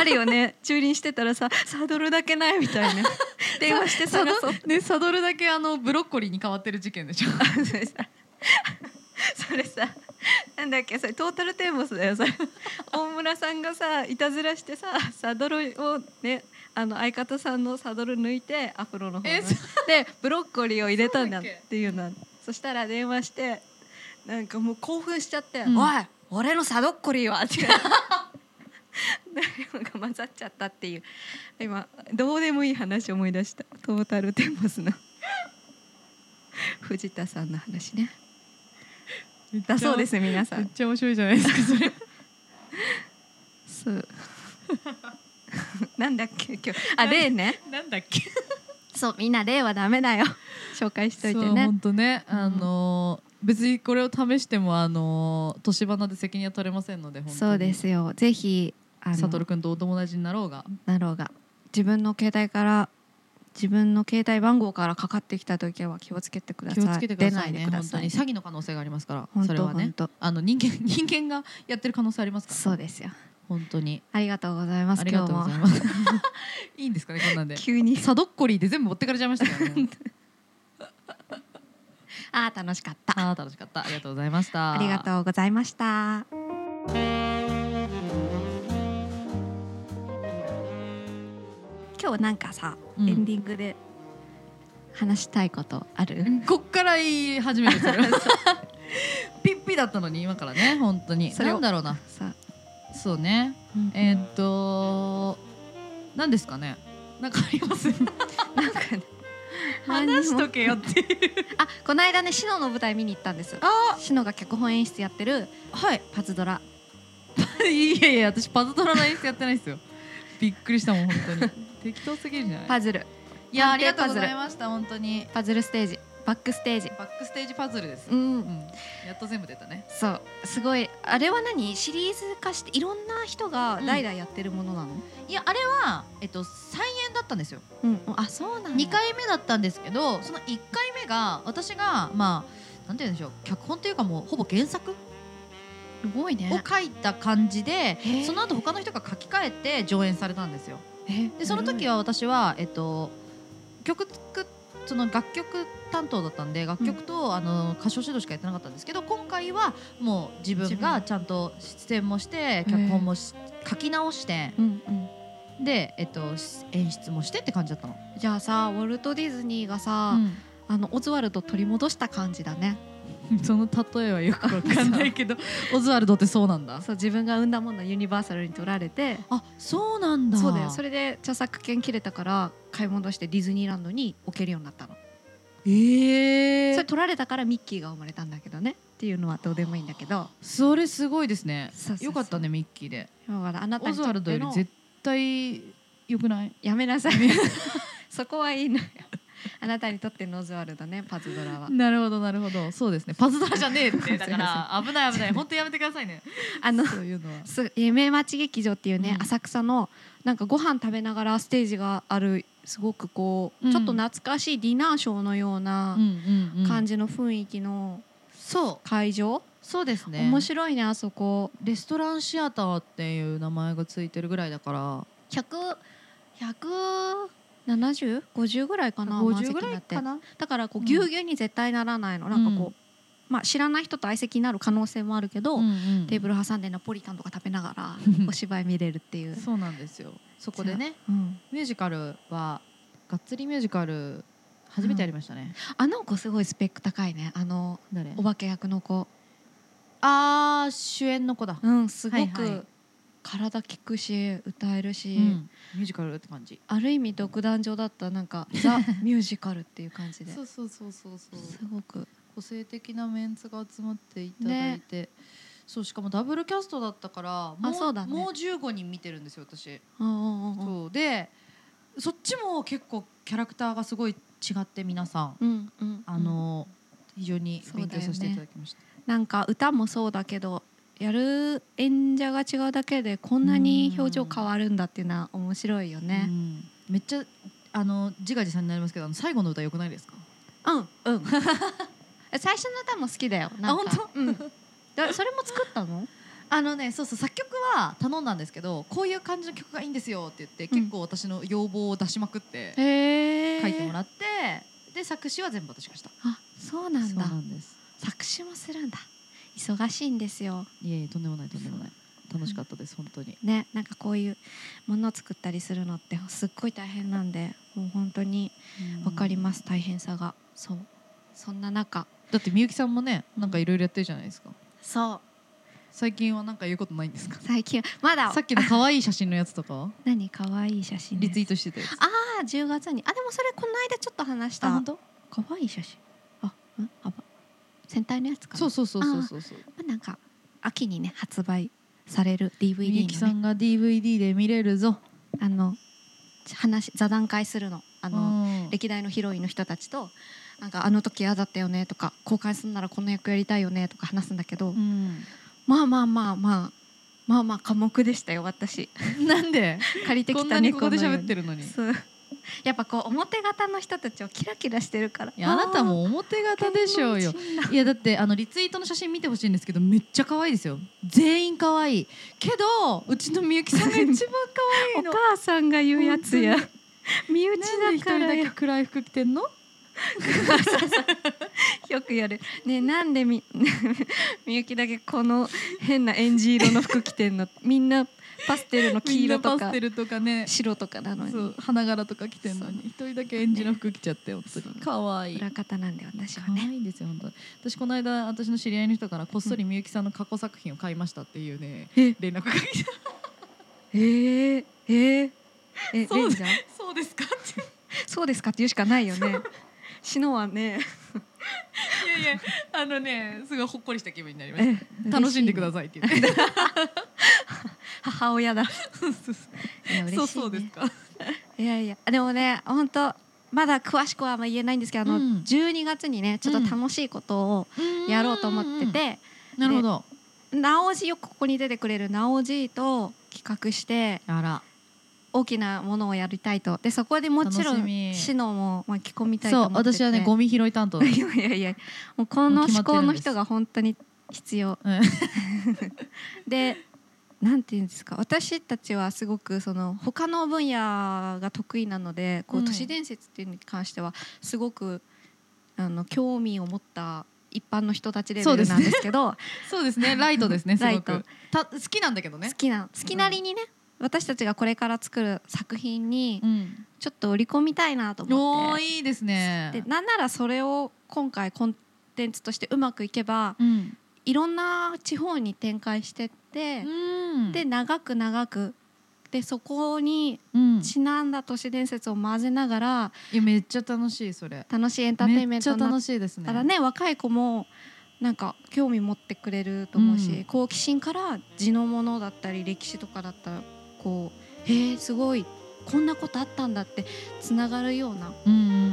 [SPEAKER 4] あるよね駐輪してたらさサドルだけないみたい な電話して探そう
[SPEAKER 3] ね サドルだけあのブロッコリーに変わってる事件でしょ
[SPEAKER 4] それさそれさなんだっけそれトータルテンボスだよそれ大村さんがさいたずらしてさサドルをねあの相方さんのサドル抜いてアフロの方
[SPEAKER 3] え
[SPEAKER 4] で
[SPEAKER 3] そ
[SPEAKER 4] ブロッコリーを入れたんだっ
[SPEAKER 3] そうだって
[SPEAKER 4] いうのそしたら電話してなんかもう興奮しちゃって「
[SPEAKER 3] うん
[SPEAKER 4] おい俺のサドッコリーは!」って。誰もが混ざっちゃったっていう今どうでもいい話思い出したトータルテンボスの藤田さんの話ねだそうです皆さ
[SPEAKER 3] めっ
[SPEAKER 4] ん
[SPEAKER 3] ちゃ面白いじゃないですかそ れ
[SPEAKER 4] そうなんだっけ今日あ例ね
[SPEAKER 3] なんだっけ
[SPEAKER 4] そうみんな例はダメだよ紹介しといて
[SPEAKER 3] そう
[SPEAKER 4] ね
[SPEAKER 3] 本当ね、
[SPEAKER 4] うん
[SPEAKER 3] あの別にこれを試してもあの年花で責任は取れませんので本当に
[SPEAKER 4] そうですよぜひあ
[SPEAKER 3] サト
[SPEAKER 4] の
[SPEAKER 3] ルくんとお友達になろうが
[SPEAKER 4] なろうが自分の携帯から自分の携帯番号からかかってきた時は気をつけてくださ
[SPEAKER 3] 気
[SPEAKER 4] い
[SPEAKER 3] をつけてくださ
[SPEAKER 4] 出ない
[SPEAKER 3] いね
[SPEAKER 4] でくだ
[SPEAKER 3] 本当
[SPEAKER 4] さ
[SPEAKER 3] に
[SPEAKER 4] い
[SPEAKER 3] 詐欺の可能性がありますから
[SPEAKER 4] 本
[SPEAKER 3] それ
[SPEAKER 4] 当
[SPEAKER 3] はね
[SPEAKER 4] 本当
[SPEAKER 3] あの人間人間がやってる可能性ありますから
[SPEAKER 4] そうですよ
[SPEAKER 3] 本当に
[SPEAKER 4] ありがとうございます
[SPEAKER 3] ありが
[SPEAKER 4] 今
[SPEAKER 3] と
[SPEAKER 4] 日
[SPEAKER 3] うご
[SPEAKER 4] も
[SPEAKER 3] ざいます いいんですかねこん なんで
[SPEAKER 4] 急に
[SPEAKER 3] サドッコリーで全部持ってかれちゃいましたからね
[SPEAKER 4] あー楽しかった
[SPEAKER 3] あー楽しかったありがとうございました
[SPEAKER 4] ありがとうございました今日なんかさ、
[SPEAKER 3] うん
[SPEAKER 4] エンディングで話したいことある、
[SPEAKER 3] こっから言い始める それピッピだったのに今からね本当に
[SPEAKER 4] それを
[SPEAKER 3] なんだろうな
[SPEAKER 4] さ
[SPEAKER 3] そうねえーっと何ですかねなんかあります
[SPEAKER 4] なんかね
[SPEAKER 3] 話 し
[SPEAKER 4] 何
[SPEAKER 3] と
[SPEAKER 4] も
[SPEAKER 3] けよっていう
[SPEAKER 4] あこの間ねシノの舞台見に行ったんです
[SPEAKER 3] あ
[SPEAKER 4] シノが脚本演出やってる
[SPEAKER 3] はい
[SPEAKER 4] パズドラ
[SPEAKER 3] いやいや私パズドラの演出やってないですよびっくりしたもん本当に適当すぎるじゃない
[SPEAKER 4] パズル
[SPEAKER 3] いやあ
[SPEAKER 4] 探
[SPEAKER 3] り
[SPEAKER 4] 偵
[SPEAKER 3] がとう
[SPEAKER 4] パズル
[SPEAKER 3] ございました本当に
[SPEAKER 4] パズルステージバックステージ
[SPEAKER 3] バックステージパズルです、
[SPEAKER 4] うん
[SPEAKER 3] うん、やっと全部出たね
[SPEAKER 4] そうすごいあれは何シリーズ化していろんな人が代々やってるものなの、
[SPEAKER 3] いやあれはえっと再演だったんですよ
[SPEAKER 4] うんあそうなんだ
[SPEAKER 3] 2回目だったんですけどその1回目が私がまあなんて言うんでしょう脚本というかもうほぼ原作
[SPEAKER 4] すごい
[SPEAKER 3] を
[SPEAKER 4] ね
[SPEAKER 3] 書いた感じで
[SPEAKER 4] へー
[SPEAKER 3] その後他の人が書き換えて上演されたんですよでその時
[SPEAKER 4] は、
[SPEAKER 3] は私は、えっと、曲作っその楽曲担当だったんで楽曲と、あの歌唱指導しかやってなかったんですけど今回はもう自分がちゃんと出演もして脚本もし書き直して
[SPEAKER 4] うんうん、
[SPEAKER 3] で、えっと、演出もしてって感じだったの。
[SPEAKER 4] じゃあさウォルト・ディズニーがさ、あのオズワルド取り戻した感じだね
[SPEAKER 3] その例えはよくわかんないけどオズワルドってそうなんだ
[SPEAKER 4] そう自分が生んだものをユニバーサルに取られて
[SPEAKER 3] あそうなんだ
[SPEAKER 4] そうだよそ
[SPEAKER 3] れ
[SPEAKER 4] れで著作権切れたから買い戻してディズニーランドに置けるようになったの
[SPEAKER 3] ええ
[SPEAKER 4] それ取られたからミッキーが生まれたんだけどねっていうのはどうでもいいんだけど
[SPEAKER 3] それすごいですね
[SPEAKER 4] そうそうそう
[SPEAKER 3] よかったねミッキーで
[SPEAKER 4] だからあなた
[SPEAKER 3] オ
[SPEAKER 4] に
[SPEAKER 3] ズ
[SPEAKER 4] と
[SPEAKER 3] ワル
[SPEAKER 4] っ
[SPEAKER 3] ド
[SPEAKER 4] て
[SPEAKER 3] より
[SPEAKER 4] の
[SPEAKER 3] 絶対良くない
[SPEAKER 4] やめなさい そこはいいのよあなたにとってのオズワルドねパズドラは
[SPEAKER 3] なるほどなるほどそう ですねパズドラじゃねえっ
[SPEAKER 4] すい
[SPEAKER 3] て
[SPEAKER 4] ませ
[SPEAKER 3] だ
[SPEAKER 4] ん
[SPEAKER 3] から危ない危ない本当やめてくださいね
[SPEAKER 4] あの
[SPEAKER 3] そういうのは
[SPEAKER 4] す夢町劇場っていうね、
[SPEAKER 3] うん
[SPEAKER 4] 浅草のなんかご飯食べながらステージがあるすごくこう、
[SPEAKER 3] うん
[SPEAKER 4] ちょっと懐かしいディナーショーのような感
[SPEAKER 3] じ
[SPEAKER 4] じの雰囲気の
[SPEAKER 3] そう
[SPEAKER 4] 会場、
[SPEAKER 3] そうですね
[SPEAKER 4] 面白いねあそこ
[SPEAKER 3] レストランシアターっていう名前がついてるぐらいだから
[SPEAKER 4] 17050ぐらいかな満
[SPEAKER 3] 50
[SPEAKER 4] 席
[SPEAKER 3] ぐ
[SPEAKER 4] に
[SPEAKER 3] ら
[SPEAKER 4] ないって
[SPEAKER 3] かな
[SPEAKER 4] だからこう
[SPEAKER 3] う
[SPEAKER 4] んぎゅうぎゅうに絶対ならないの、なんかこう、まあ、知らない人と相席になる可能性もあるけど、テー
[SPEAKER 3] テ
[SPEAKER 4] ブル挟んでナポリタンとか食べながらお芝居見れるっていう、
[SPEAKER 3] そうなんですよそこでね
[SPEAKER 4] うん
[SPEAKER 3] ミュージカルはがっつりミュージカル初めてやりましたね、
[SPEAKER 4] あの子すごいスペック高いねあの
[SPEAKER 3] 誰
[SPEAKER 4] お化け役の子
[SPEAKER 3] あー主演の子だ、
[SPEAKER 4] うんすご
[SPEAKER 3] はいは
[SPEAKER 4] く体効くし歌えるし、
[SPEAKER 3] うんミュージカルって感じ
[SPEAKER 4] ある意味独壇場だったなんかザ・ミュージカルっていう感じで
[SPEAKER 3] うそうそうそうそ
[SPEAKER 4] すごく
[SPEAKER 3] 個性的なメンツが集まっていただいて、そうしかもダブルキャストだったからもう
[SPEAKER 4] そうだね
[SPEAKER 3] もう15人見てるんですよ私、
[SPEAKER 4] うんうんうん
[SPEAKER 3] そうでそっちも結構キャラクターがすごい違って皆さん、
[SPEAKER 4] うんうん
[SPEAKER 3] あの非常に勉強させていただきました、
[SPEAKER 4] なんか歌もそうだけどやる演者が違うだけでこんなに表情変わるんだっていうのは面白いよ
[SPEAKER 3] う
[SPEAKER 4] ね。
[SPEAKER 3] んめっちゃあの自画自賛になりますけどあの最後の歌良くないですか
[SPEAKER 4] うんうん 最初の歌も好きだよ。なんか
[SPEAKER 3] あ本
[SPEAKER 4] 当？うん。だそれも作ったの？
[SPEAKER 3] あのねそうそう作曲は頼んだんですけどこういう感じの曲がいいんですよって言って、結構私の要望を出しまくって
[SPEAKER 4] へ
[SPEAKER 3] 書いても
[SPEAKER 4] ら
[SPEAKER 3] らって、で作詞は全部私がした
[SPEAKER 4] あそうなんだ。
[SPEAKER 3] そうなんです
[SPEAKER 4] 作詞もするんだ。忙しいんですよ。
[SPEAKER 3] いえいえとんでもないとんでもない楽しかったです本当に
[SPEAKER 4] ねなんかこういうものを作ったりするのってすっごい大変なんでもう本当にわかり
[SPEAKER 3] ま
[SPEAKER 4] ます、大変さがそうそんな中
[SPEAKER 3] すだってみゆきさんもねなんかいろいろやってるじゃないですか
[SPEAKER 4] そう
[SPEAKER 3] 最近はなんか言うことないんですか
[SPEAKER 4] 最近まだ
[SPEAKER 3] さっきの可愛い写真のやつと か
[SPEAKER 4] 何可愛い写真
[SPEAKER 3] リツイ
[SPEAKER 4] ね
[SPEAKER 3] ートしてたやつ
[SPEAKER 4] あ10月にあでもそれこの間ちょっと話し
[SPEAKER 3] あ
[SPEAKER 4] た
[SPEAKER 3] 本当
[SPEAKER 4] 可愛い写真あうんあば戦隊のやつかな
[SPEAKER 3] そうそうそうそうそうそう
[SPEAKER 4] まあなんか秋にね発売される DVD
[SPEAKER 3] みゆき
[SPEAKER 4] の
[SPEAKER 3] さ
[SPEAKER 4] ね
[SPEAKER 3] んが DVD で見れるぞ
[SPEAKER 4] あの話座談会するのあ
[SPEAKER 3] あ
[SPEAKER 4] の、歴代のヒロインの人たちとなんかあの時ああだったよねとか交換するならこの役やりたいよねとか話すんだけど、
[SPEAKER 3] うん
[SPEAKER 4] まあまあまあまあまあまあ寡黙でしたよ私
[SPEAKER 3] なんで
[SPEAKER 4] 借りて
[SPEAKER 3] こ
[SPEAKER 4] き
[SPEAKER 3] ん
[SPEAKER 4] た
[SPEAKER 3] なにこ
[SPEAKER 4] 猫
[SPEAKER 3] こ
[SPEAKER 4] の
[SPEAKER 3] で
[SPEAKER 4] よう
[SPEAKER 3] 喋っ
[SPEAKER 4] に
[SPEAKER 3] てるのに
[SPEAKER 4] そうやっぱこう表方の人たちをキラキラしてるから
[SPEAKER 3] いやあなたも表方でしょうよいやだってあのリツイートの写真見てほしいんですけどめっちゃ可愛いですよ全員可愛いけどうちのみゆきさんが一番可愛
[SPEAKER 4] お
[SPEAKER 3] いの
[SPEAKER 4] 母さんが言うやつや身内
[SPEAKER 3] なんで
[SPEAKER 4] だ
[SPEAKER 3] 一
[SPEAKER 4] か
[SPEAKER 3] 人
[SPEAKER 4] ら
[SPEAKER 3] だけ
[SPEAKER 4] よ
[SPEAKER 3] 暗い服着てんの
[SPEAKER 4] よくやるねえなんでみ みゆきだけこの変なエンジ色の服着てんのみんなパステルの黄色
[SPEAKER 3] み
[SPEAKER 4] と
[SPEAKER 3] んなパ
[SPEAKER 4] か
[SPEAKER 3] ステルとかね
[SPEAKER 4] 白とかなのに
[SPEAKER 3] そう花柄とか着てんのに一人だけエンジの服着ちゃって本当
[SPEAKER 4] そう
[SPEAKER 3] に可愛い
[SPEAKER 4] 裏方なんで私は
[SPEAKER 3] 可
[SPEAKER 4] ね
[SPEAKER 3] 愛いんですよ本当に私この間私の知り合いの人からこっそりみゆきさんの過去作品を買いましたっていうね
[SPEAKER 4] え
[SPEAKER 3] 連絡が来た
[SPEAKER 4] えー、えー、え
[SPEAKER 3] そう
[SPEAKER 4] レンジャー
[SPEAKER 3] そうですかって
[SPEAKER 4] そうですかって言うしかないよねシノはね
[SPEAKER 3] いやいやあのねすごいほっこりした気分になりま し
[SPEAKER 4] え
[SPEAKER 3] た楽しんでくだ
[SPEAKER 4] い
[SPEAKER 3] さいって言って
[SPEAKER 4] 母親だ
[SPEAKER 3] そうそうそう
[SPEAKER 4] いや嬉しい、ね、
[SPEAKER 3] そうそうですか
[SPEAKER 4] いやいやでもね本当まだ詳しくはあんま言えないんですけどあの、
[SPEAKER 3] うん
[SPEAKER 4] 12月にねちょっと楽しいことをやろうと思ってて、
[SPEAKER 3] なるほど
[SPEAKER 4] なおじよくここに出てくれるなおじいと企画して
[SPEAKER 3] あら
[SPEAKER 4] 大きなものをやりたいとでそこでもちろ
[SPEAKER 3] 楽し
[SPEAKER 4] ん
[SPEAKER 3] み
[SPEAKER 4] シノも巻き込みたいと
[SPEAKER 3] そう
[SPEAKER 4] 思ってて
[SPEAKER 3] 私はねゴミ拾い 担当だ
[SPEAKER 4] いやいやいやもうこの思考の人が本当に必要
[SPEAKER 3] うん
[SPEAKER 4] でなんていうんですか私たちはすごくその他の分野が得意なのでこ
[SPEAKER 3] う
[SPEAKER 4] うん都市伝説っていうのに関してはすごくあの興味を持った一般の人たちレベルなんですけど
[SPEAKER 3] そうですねライトですねす
[SPEAKER 4] ラ
[SPEAKER 3] ご
[SPEAKER 4] イト
[SPEAKER 3] くた好きなんだけどね
[SPEAKER 4] 好きな好きなりにね、私たちがこれから作る作品に
[SPEAKER 3] うん
[SPEAKER 4] ちょっと売り込みたいなと思っ
[SPEAKER 3] おー
[SPEAKER 4] て
[SPEAKER 3] いいですね
[SPEAKER 4] でなんならそれを今回コンテンツとしてうまくいけば
[SPEAKER 3] うん
[SPEAKER 4] いろんな地方に展開してって、
[SPEAKER 3] うん
[SPEAKER 4] で長く長くでそこに
[SPEAKER 3] うん
[SPEAKER 4] ちなんだ都市伝説を混ぜながら
[SPEAKER 3] いやめっちゃ楽しいそれ
[SPEAKER 4] 楽しいエンターテインメントに
[SPEAKER 3] めっちゃ
[SPEAKER 4] なっ
[SPEAKER 3] 楽しいですね
[SPEAKER 4] たらね若い子もなんか興味持ってくれると思うし、
[SPEAKER 3] うん
[SPEAKER 4] 好奇心から地のものだったり歴史とかだったらこう「へえすごいこんなことあったんだ」ってつながるような
[SPEAKER 3] うんうんうんう
[SPEAKER 4] も
[SPEAKER 3] ん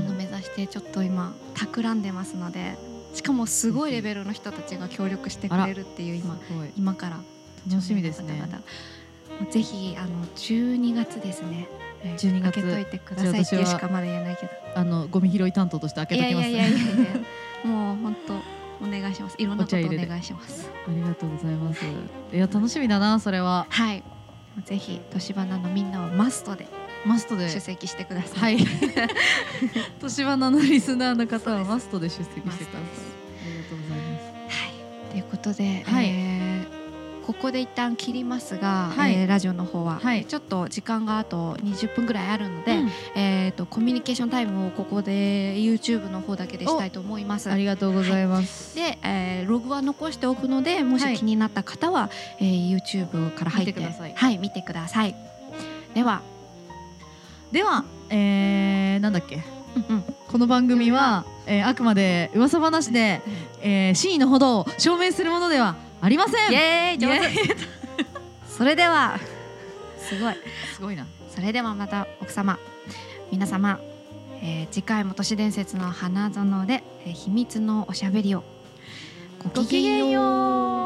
[SPEAKER 3] うん
[SPEAKER 4] のを目指してちょっと今企んでますのでしかもすごいレベルの人たちが協力してくれるっていう今
[SPEAKER 3] すごい
[SPEAKER 4] 今から
[SPEAKER 3] 楽しみですね
[SPEAKER 4] ぜひあの12月ですね、はい開
[SPEAKER 3] 12月
[SPEAKER 4] けといてくださいっていうしかまだ言えないけど
[SPEAKER 3] あのゴミ拾い担当として開け
[SPEAKER 4] い
[SPEAKER 3] と
[SPEAKER 4] やい
[SPEAKER 3] きま
[SPEAKER 4] や
[SPEAKER 3] す
[SPEAKER 4] いやいやいやもう本当お願いし ますいろんなことお願いします
[SPEAKER 3] ありがとうございますいや楽しみだなそれは
[SPEAKER 4] はいぜひ年花のみんなはマストで
[SPEAKER 3] マストで
[SPEAKER 4] 出席してくださ、
[SPEAKER 3] はい い年花のリスナーの方はマストで出席してください
[SPEAKER 4] マストです
[SPEAKER 3] ありがとうございます
[SPEAKER 4] はい、ということで、
[SPEAKER 3] はい
[SPEAKER 4] えーここで一旦切りますが、
[SPEAKER 3] はい
[SPEAKER 4] えーラジオの方は、
[SPEAKER 3] はい
[SPEAKER 4] ちょっと時間があと20分ぐらいあるので、
[SPEAKER 3] うん
[SPEAKER 4] えー、とコミュニケーションタイムをここで YouTube の方だけでしたいと思います
[SPEAKER 3] あ。りがとうございます
[SPEAKER 4] で、えーログは残しておくのでも
[SPEAKER 3] は
[SPEAKER 4] し
[SPEAKER 3] い
[SPEAKER 4] 気になった方は、えー YouTube から入って
[SPEAKER 3] 見てください
[SPEAKER 4] はい、見てくださいでは、
[SPEAKER 3] ではえー、なんだっけ
[SPEAKER 4] うんうん
[SPEAKER 3] この番組は、えーあくまで噂話で、えー、真意のほどを証明するものではありません
[SPEAKER 4] イエーイ上手
[SPEAKER 3] イエーイ
[SPEAKER 4] それではすごい
[SPEAKER 3] すごいな
[SPEAKER 4] それではまた奥様皆様、えー次回も都市伝説の花園で、えー秘密のおしゃべりをご
[SPEAKER 3] ごきげんよう